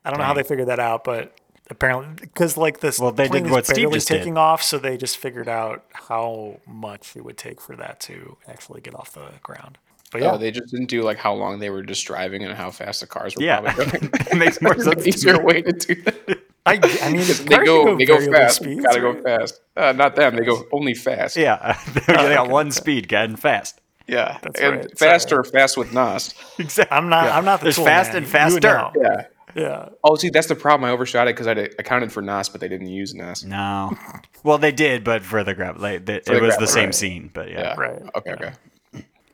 I don't know how they figured that out, but apparently because like this
Well, they
plane
did
is
what Steve
barely
just did.
taking off, so they just figured out how much it would take for that to actually get off the ground. But yeah,
Oh, they just didn't do like how long they were just driving and how fast the cars were
Yeah.
probably
<laughs>
going.
It
<laughs>
makes more sense. <laughs>
Easier way to do that.
I, I
<laughs>
mean, if
They
cars
go,
can
they go
very low
fast.
speeds,
Gotta go
right?
fast. Uh, not them. They go only fast.
Yeah. they got one speed, getting fast.
Yeah,
That's
and
right.
faster, fast with Nas.
Exactly.
I'm not. I'm not the
There's
tool
fast
man.
and
You would
faster.
know.
Yeah.
Yeah.
Oh, see, that's the problem. I overshot it because I did- I counted for Nas, but they didn't use Nas.
No. Well, they did, but for the grab, they, they,
the
it was
grab,
the same
right.
scene. But yeah,
Yeah.
Right.
Okay. Okay.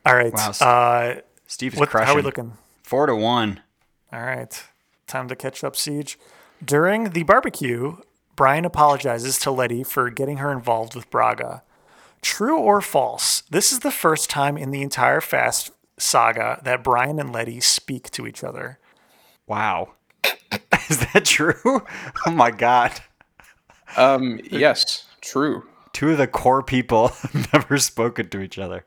All right.
Wow, Steve.
Uh,
Steve's
what,
crushing.
how are we looking?
Four to one.
All right. Time to catch up, Siege. During the barbecue, Brian apologizes to Letty for getting her involved with Braga. True or false? This is the first time in the entire Fast saga that Brian and Letty speak to each other.
Wow. <laughs> Is that true? <laughs> Oh my god.
Um. Yes. <laughs> True.
Two of the core people <laughs> have never spoken to each other.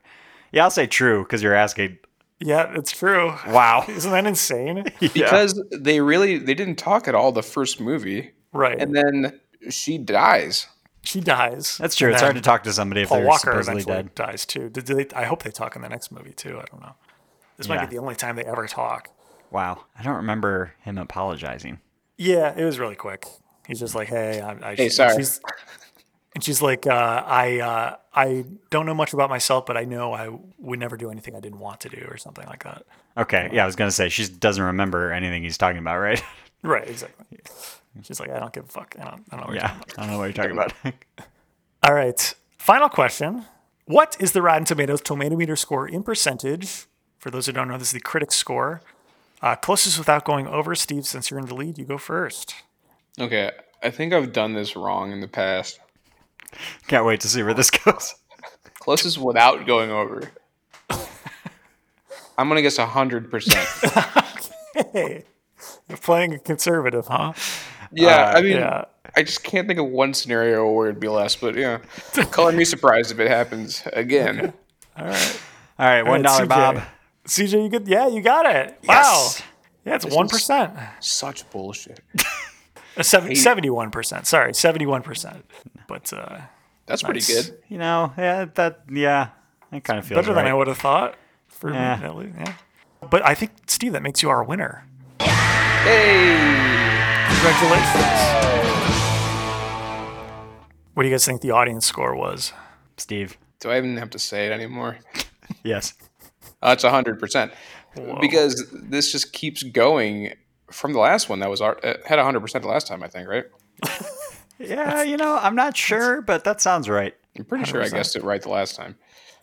Yeah, I'll say true because you're asking.
Yeah, it's true.
Wow.
<laughs> Isn't that
<laughs>
insane?
Because they really they didn't talk at all the first movie,
right.
and then she dies.
she dies.
That's true.
And
It's hard to
then
talk to somebody if
Paul
they're
Walker
supposedly
eventually
dead.
dies too. Did they, I hope they talk in the next movie too. I don't know. This might
Yeah.
be the only time they ever talk.
Wow. I don't remember him apologizing.
Yeah, it was really quick. He's just like, "Hey, I'm, I
Hey, sorry.
She's, And she's like, uh, I uh, I don't know much about myself, but I know I would never do anything I didn't want to do or something like that.
Okay, yeah, I was gonna say she doesn't remember anything he's talking about, right? <laughs>
Right, exactly. She's like, I don't give a fuck. I don't, I don't know what you're
yeah,
talking about.
I don't know what you're talking about. <laughs>
All right. Final question. What is the Rotten Tomatoes tomato meter score in percentage? For those who don't know, this is the critic score. Uh, closest without going over, Steve, since you're in the lead, you go first. <laughs>
Okay, I think I've done this wrong in the past.
Can't wait to see where this goes.
Closest without going over. <laughs> I'm gonna guess hundred percent.
Hey, you're playing a conservative, huh?
<laughs> Yeah, I mean,
yeah.
I just can't think of one scenario where it'd be less, but yeah, color me surprised if it happens again.
All right, one dollar,
CJ.
Bob.
CJ, you good? Yeah, you got it.
Yes.
Wow. Yeah, it's one percent. Uh,
Such bullshit.
Seventy-one percent. Sorry, seventy-one percent. But uh,
That's pretty
Nice.
good.
You know, yeah, that, yeah, I kind of feel
better than I
right.
would have thought. For me,
Yeah.
at least. yeah. But I think Steve, that makes you our winner.
Hey,
Congratulations. What do you guys think the audience score was?
Steve.
do I even have to say it anymore?
Yes.
Uh, it's hundred percent because this just keeps going from the last one that was our, uh, had hundred percent the last time. I think right.
Yeah, you know, I'm not sure, but that sounds right.
I'm pretty sure I guessed it right the last time.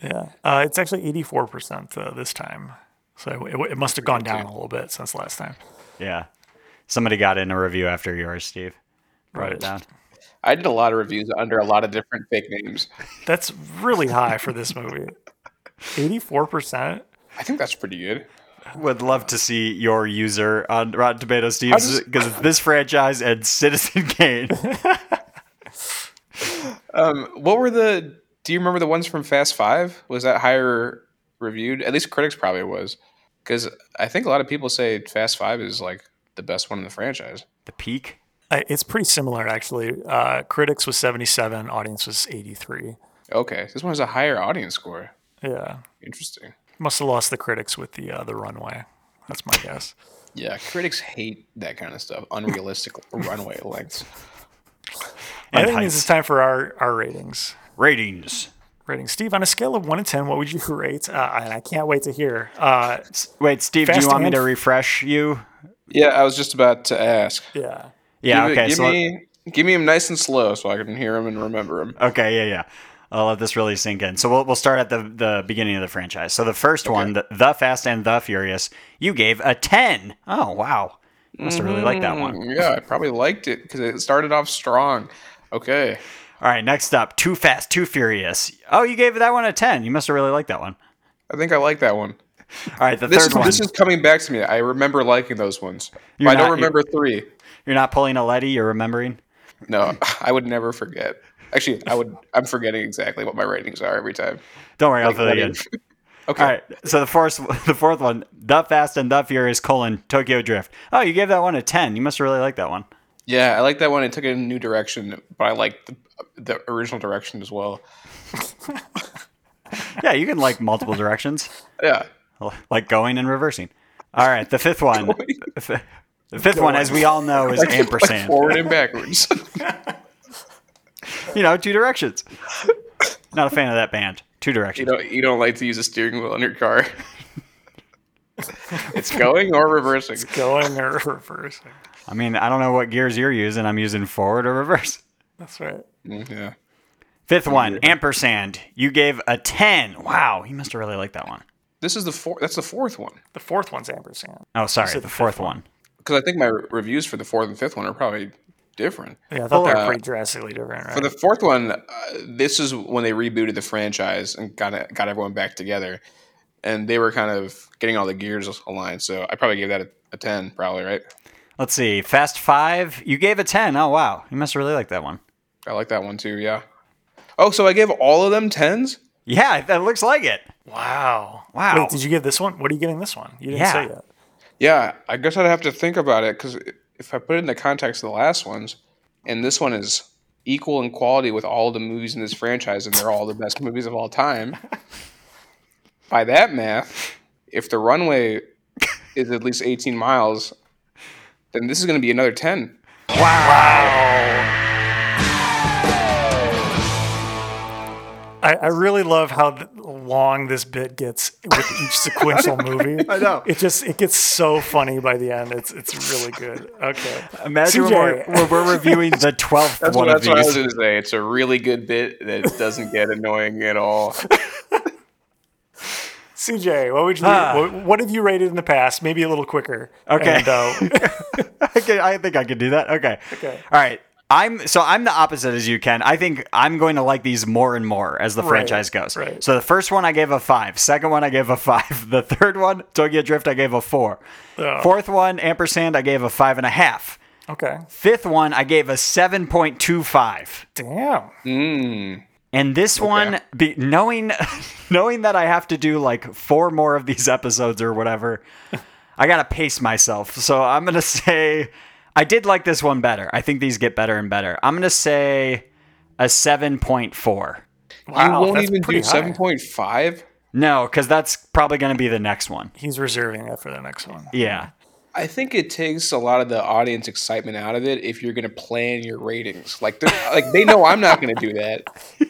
Yeah, uh, it's actually eighty-four percent uh, this time. So it, it must have gone down a little bit since last time.
Yeah. Somebody got in a review after yours, Steve. Wrote
Right.
it down.
I did a lot of reviews under a lot of different fake names.
That's really high for this movie. <laughs> Eighty-four percent.
I think that's pretty good.
Would love to see your user on Rotten Tomatoes, Steve, because it's this franchise and <laughs>
<laughs>
Citizen Kane.
Um, What were the? Do you remember the ones from Fast Five? Was that higher reviewed? At least critics probably was, because I think a lot of people say Fast Five is like the best one in the franchise.
the peak.
Uh, It's pretty similar, actually. Uh, critics was 77, audience was 83.
Okay, this one has a higher audience score.
Yeah.
Interesting.
Must have lost the critics with the uh, the runway. That's my guess.
Yeah, critics hate that kind of stuff. Unrealistic <laughs> runway lengths.
I think it
And
means
heights.
it's time for our, our ratings.
Ratings.
Ratings. Steve, on a scale of 1 to 10, what would you <laughs> rate? Uh, and I can't wait to hear. Uh,
Wait, Steve, do
Fast
you want me
and-
to refresh you?
Yeah, I was just about to ask.
yeah.
Yeah,
Give it-
okay.
give
so let-
me give me him nice and slow so I can hear him and remember him.
Okay, yeah, yeah. I'll let this really sink in. So we'll, we'll start at the, the beginning of the franchise. So the first one, the, the Fast and the Furious, you gave a 10. Oh, wow. You Must have really liked that one.
Yeah, I probably liked it because it started off strong. Okay.
All right, next up, Too Fast, Too Furious. Oh, you gave that one a 10. You must have really liked that one.
I think I like that one.
All right, the
This
third
is,
one.
this is coming back to me. I remember liking those ones. But
You're
I don't
not-
remember three.
You're not pulling a Letty, you're remembering.
No, <laughs> I would never forget. Actually, I would. I'm forgetting exactly what my ratings are every time.
Don't worry, I'll fill
Letty. <laughs>
you in.
Okay.
All right, so the fourth, <laughs> the fourth one, The Fast and the Furious, colon, Tokyo Drift. Oh, you gave that one a 10. You must have really liked that one.
Yeah, I like that one. It took it in a new direction, but I liked the, the original direction as well.
Yeah, you can
<laughs>
like multiple directions.
Yeah. <laughs>
<laughs> like going and reversing. All right, the fifth one. The fifth one, as we all know, is
Like
ampersand.
forward and backwards. <laughs>
You know, two directions. Not a fan of that band. Two
you
directions.
don't. You don't like to use a steering wheel in your car. <laughs> it's going or reversing.
Going <laughs> or reversing.
I mean, I don't know what gears you're using. I'm using forward or reverse.
That's right.
Yeah.
Fifth one, ampersand. You gave a ten. Wow, you must have really liked that one.
This is the four. That's the fourth one
The fourth one's ampersand.
Oh, sorry, the fourth one.
because I think my re- reviews for the fourth and fifth one are probably different.
Yeah, I thought
uh,
they were pretty drastically different, right?
For the fourth one, uh, this is when they rebooted the franchise and got it, got everyone back together, and they were kind of getting all the gears aligned. So I probably gave that a, a ten, probably right.
Let's see, Fast Five. You gave a ten. Oh wow, you must have really liked that one.
I like that one too. Yeah. Oh, so I gave all of them tens.
Yeah, that looks like it.
wow.
Wow.
Wait, did you give this one? What are you giving this one? You didn't
Yeah.
say yet.
Yeah, I guess I'd have to think about it because if I put it in the context of the last ones, and this one is equal in quality with all the movies in this franchise, and they're all the best movies of
<laughs>
all time. By that math, if the runway is at least 18 miles, then this is going to be another 10.
Wow. I, I really love how th- long this bit gets with
<laughs>
each sequential movie. I
know.
It just it gets so funny by the end. It's it's really good. Okay.
Imagine when we're,
CJ. <laughs>
when we're reviewing
<laughs>
the twelfth
That's,
one
what,
of
that's what I was
these.
going to say. It's a really good bit that doesn't get annoying at all.
CJ, what would you
Ah.
what, what have you rated in the past? Maybe a little quicker.
Okay.
And,
<laughs>
uh,
I, can, I think I could do that. Okay.
Okay.
All right. I'm so I'm the opposite as you Ken. I think I'm going to like these more and more as the franchise goes.
right.
So the first one I gave a five. Second one I gave a five. <laughs> The third one Tokyo Drift I gave a four. Fourth one ampersand I gave a five and a half.
okay.
Fifth one I gave a seven point two five.
Damn.
And this one, be, knowing <laughs> knowing that I have to do like four more of these episodes or
<laughs>
whatever, I gotta pace myself. So I'm gonna <laughs> say I did like this one better. I think these get better and better. I'm gonna say a seven point four.
<laughs> Wow,
you won't
that's
even
pretty
do
high.
7.5?
No, because that's probably gonna be the next one.
He's reserving that for the next one.
Yeah.
I think it takes a lot of the audience excitement out of it if you're going to plan your ratings. Like, they're- like they know I'm not going to do that,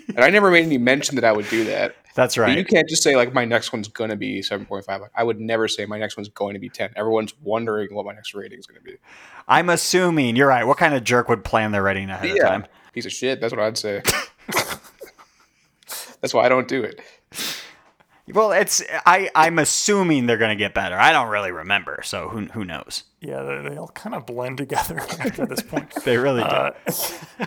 and I never made any mention that I would do that.
That's
But you
right.
can't just say like my next one's going to be 7.5. Like, I would never say my next one's going to be 10. Everyone's wondering what my next rating is going to be.
I'm assuming you're right. What kind of jerk would plan their rating ahead of time?
piece of shit. That's what I'd say. <laughs> That's why I don't do it.
Well, it's I. I'm assuming they're gonna get better. I don't really remember, so who who knows?
Yeah, they, they all kind of blend together <laughs> after this point.
They really do.
Uh,
<laughs>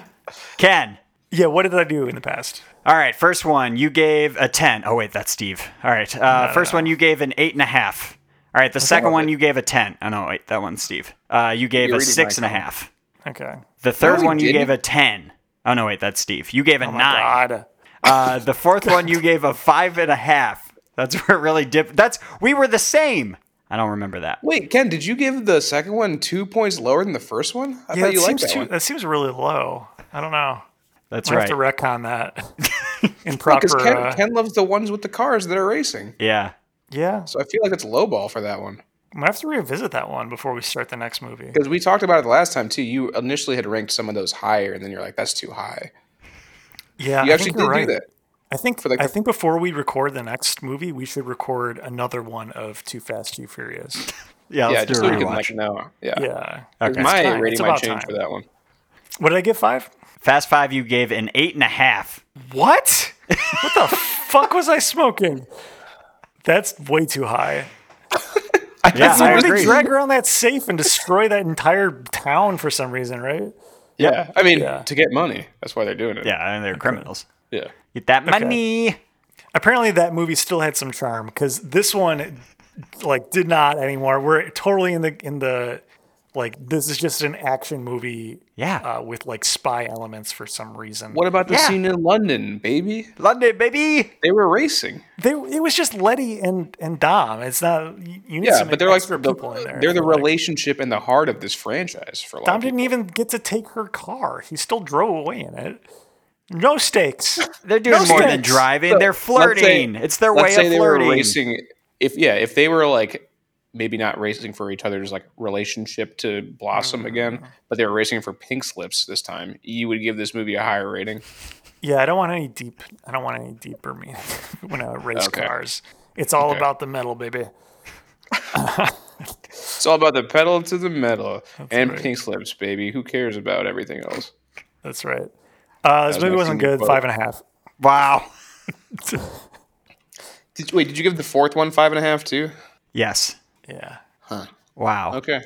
Ken.
Yeah, what did I do in the past?
All right, first one you gave a ten. Oh wait, that's Steve. All right, uh, first one you gave an eight and a half. All right, the second one you gave a ten. Oh no, wait, that one's Steve. Uh, you gave
You're
a
reading
six and
my
a half.
Okay.
The third
No, I
one you
didn't. Oh,
gave a ten. Oh no, wait, that's Steve. You gave a nine.
God.
Uh, the fourth one you gave a five and a half. That's <laughs> where it really dip. That's we were the same. I don't remember that.
Wait, Ken, did you give the second one two points lower than the first one? I
Yeah,
thought
that,
you liked
seems
that
too,
one.
that seems really low. I don't know.
That's
I
right.
have to retcon <laughs> that in proper.
Because Ken,
uh,
Ken loves the ones with the cars that are racing.
yeah.
yeah,
So I feel like it's low ball for that one.
I might have to revisit that one before we start the next movie.
Because we talked about it the last time too. You initially had ranked some of those higher, and then you're like, "That's too high."
Yeah,
You
I
actually
think
did
you're right.
do that.
I think
like,
I
the-
think before we record the next movie, we should record another one of Too Fast, Too <laughs> Furious.
Yeah. Let's
yeah,
do
just
a
so you can
rewatch.
like know. Yeah,
Yeah.
'Cause
Okay.
my
time. It's
rating might
about
change
time.
for that one.
What did I get? Five.
Fast Five you gave an eight and
<laughs>
a half.
<laughs> What? What the fuck was I smoking? That's way too high.
Yeah,
So
I
where they
agree.
drag around that safe and destroy that entire town for some reason, right?
Yeah, I mean,
Yeah.
to get money. That's why they're doing it.
Yeah, and they're criminals.
yeah.
Get that money.
Apparently, that movie still had some charm because this one, like, did not anymore. We're totally in the in the like this is just an action movie,
Yeah.
uh, with like spy elements for some reason.
What about the
Yeah.
scene in London, baby?
London, baby.
They were racing.
they? It was just Letty and and Dom. It's not you you need
Yeah,
some
but they're like
extra
the,
people in there.
they're the
Like,
relationship and the heart of this franchise for a lot
Dom
of people.
didn't even get to take her car. He still drove away in it. No stakes.
They're doing
No
more than
stakes.
driving. they're
Let's say-
flirting. it's their
let's
way
say
of
they
flirting.
Were racing. If yeah, if they were like maybe not racing for each other's like relationship to
Mm.
blossom again, but they were racing for pink slips this time, you would give this movie a higher rating.
Yeah, I don't want any deep. I don't want any deeper meaning <laughs> when I race
Okay.
cars. It's all
Okay.
about the metal, baby.
It's all about the pedal to the metal and pink slips, baby. Who cares about everything else?
That's right. Uh, this
was
movie
my
wasn't
senior
good.
quote.
Five and a half.
wow.
Did, wait, did you give the fourth one five and a half too?
Yes.
Yeah,
Wow.
Okay.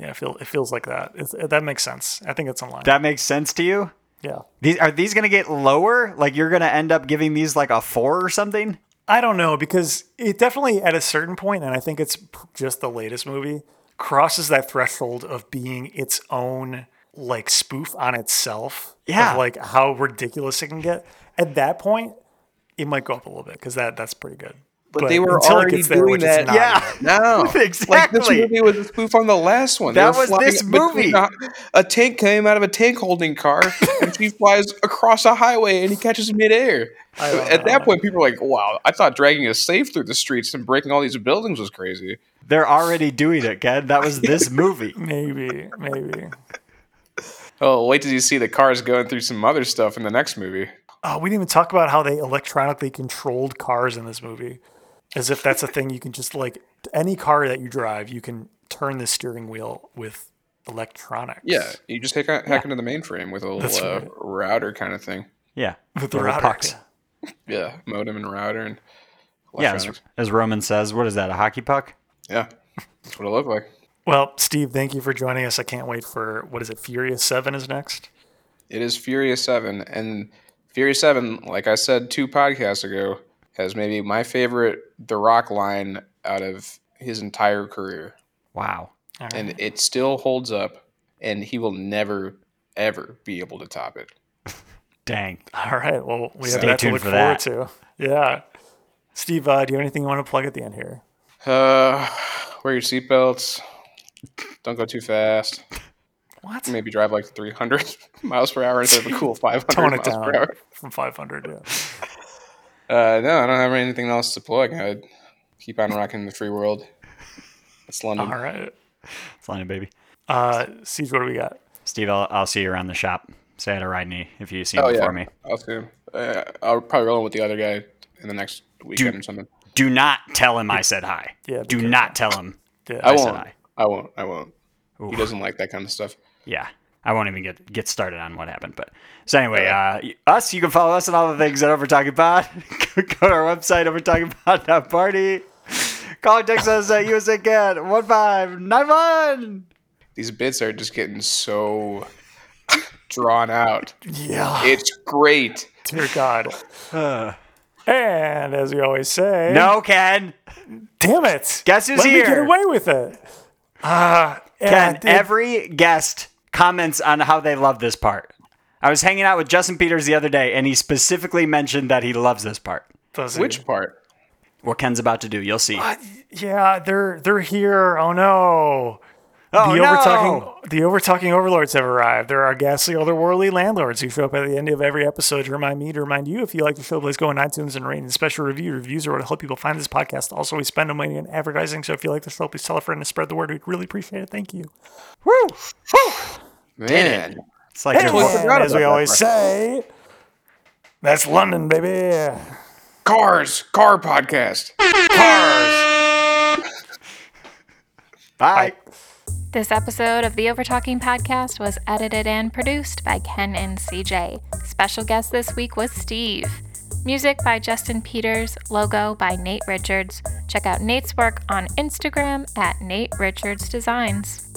yeah. It feels it feels like that. It's, that makes sense. I think it's in line.
That makes sense to you?
yeah.
These are these going to get lower? Like you're going to end up giving these like a 4 or something?
I don't know because it definitely at a certain point, and I think it's p- just the latest movie crosses that threshold of being its own like spoof on itself. of,
Yeah.
like how ridiculous it can get. At that point, it might go up a little bit because that that's pretty good. But,
they were
until it
already
gets there,
doing
which it's
that.
not
Yeah.
yet.
<laughs>
<laughs>
No, Like this
Exactly.
movie was a spoof on the last one. They
That
were
was
flying
this
between
movie.
A, a tank came out of a tank holding
<laughs>
car, and she flies across a highway, and he catches midair. At that point, people are like, "Wow, I thought dragging a safe through the streets and breaking all these buildings was crazy."
They're already doing it, Ken. That was this movie.
Maybe, maybe.
Oh, wait till you see the cars going through some other stuff in the next movie.
Oh, we didn't even talk about how they electronically controlled cars in this movie, as if that's a thing you can just like any car that you drive, you can turn the steering wheel with electronics.
Yeah, you just hack, hack into the mainframe with a little uh,
right.
router kind of thing.
Yeah.
with the
Little
router.
pucks.
Yeah, modem and router and
Yeah, as,
electronics.
as Roman says, what is that, a hockey puck?
yeah. That's what it looked like.
Well, Steve, thank you for joining us. I can't wait for what is it? Furious Seven is next.
It is Furious Seven, and Furious Seven, like I said two podcasts ago, has maybe my favorite The Rock line out of his entire career,
Wow.
and it still holds up, and he will never ever be able to top it.
Dang.
All right. Well, we have
Stay
that to
tuned
look
for
forward
that.
to. Yeah. Steve, uh, do you have anything you want to plug at the end here?
Uh, wear your seatbelts. Don't go too fast.
What?
<laughs> Maybe drive like 300 <laughs> miles per hour instead of a cool 500
<laughs> Tone it
miles
down
per hour.
from 500. Yeah.
Uh, no, I don't have anything else to plug. I keep on rocking the free world. It's London.
All right.
It's London, baby.
Uh, Siege, what do we got?
Steve, I'll, I'll see you around the shop. Say hi to Rodney if you see him
Oh yeah,
before me.
I'll see him. Uh, I'll probably roll in with the other guy in the next weekend or something.
Do not tell him I said hi.
Yeah,
Do
because-
not tell him.
Yeah.
I
said
won't.
hi.
I won't. I won't. He doesn't like that kind of stuff.
Yeah. I won't even get, get started on what happened. But so anyway, uh, y- us, you can follow us on all the things at Over Talking Pod. <laughs> Go to our website, overtalkingpod.party. Call or text us at USACAT 1591.
These bits are just getting so <laughs> drawn out.
Yeah.
It's great.
Dear God. and as we always say,
No, Ken.
damn it.
Guess who's
Let
here?
Me get away with it. Uh,
<laughs> Ken, every guest comments on how they love this part. I was hanging out with Justin Peters the other day, and he specifically mentioned that he loves this part.
Which part?
What Ken's about to do, you'll see.
Yeah, they're they're here. Oh no.
oh,
the
no!
overtalking the overtalking overlords have arrived. There are ghastly otherworldly landlords who show up at the end of every episode to remind me to remind you if you like the show, please go on iTunes and rate and special review. Reviews are what help people find this podcast. Also, we spend no money on advertising, so if you like the show, please tell a friend and spread the word. We'd really appreciate it. Thank you.
Woo!
Man,
It's like you're
totally forgot
And as
about
we
that
always say, that's London, baby.
cars, car podcast, cars.
Bye.
This episode of the Overtalking Podcast was edited and produced by Ken and CJ. Special guest this week was Steve. Music by Justin Peters, logo by Nate Richards. Check out Nate's work on Instagram at Nate Richards Designs.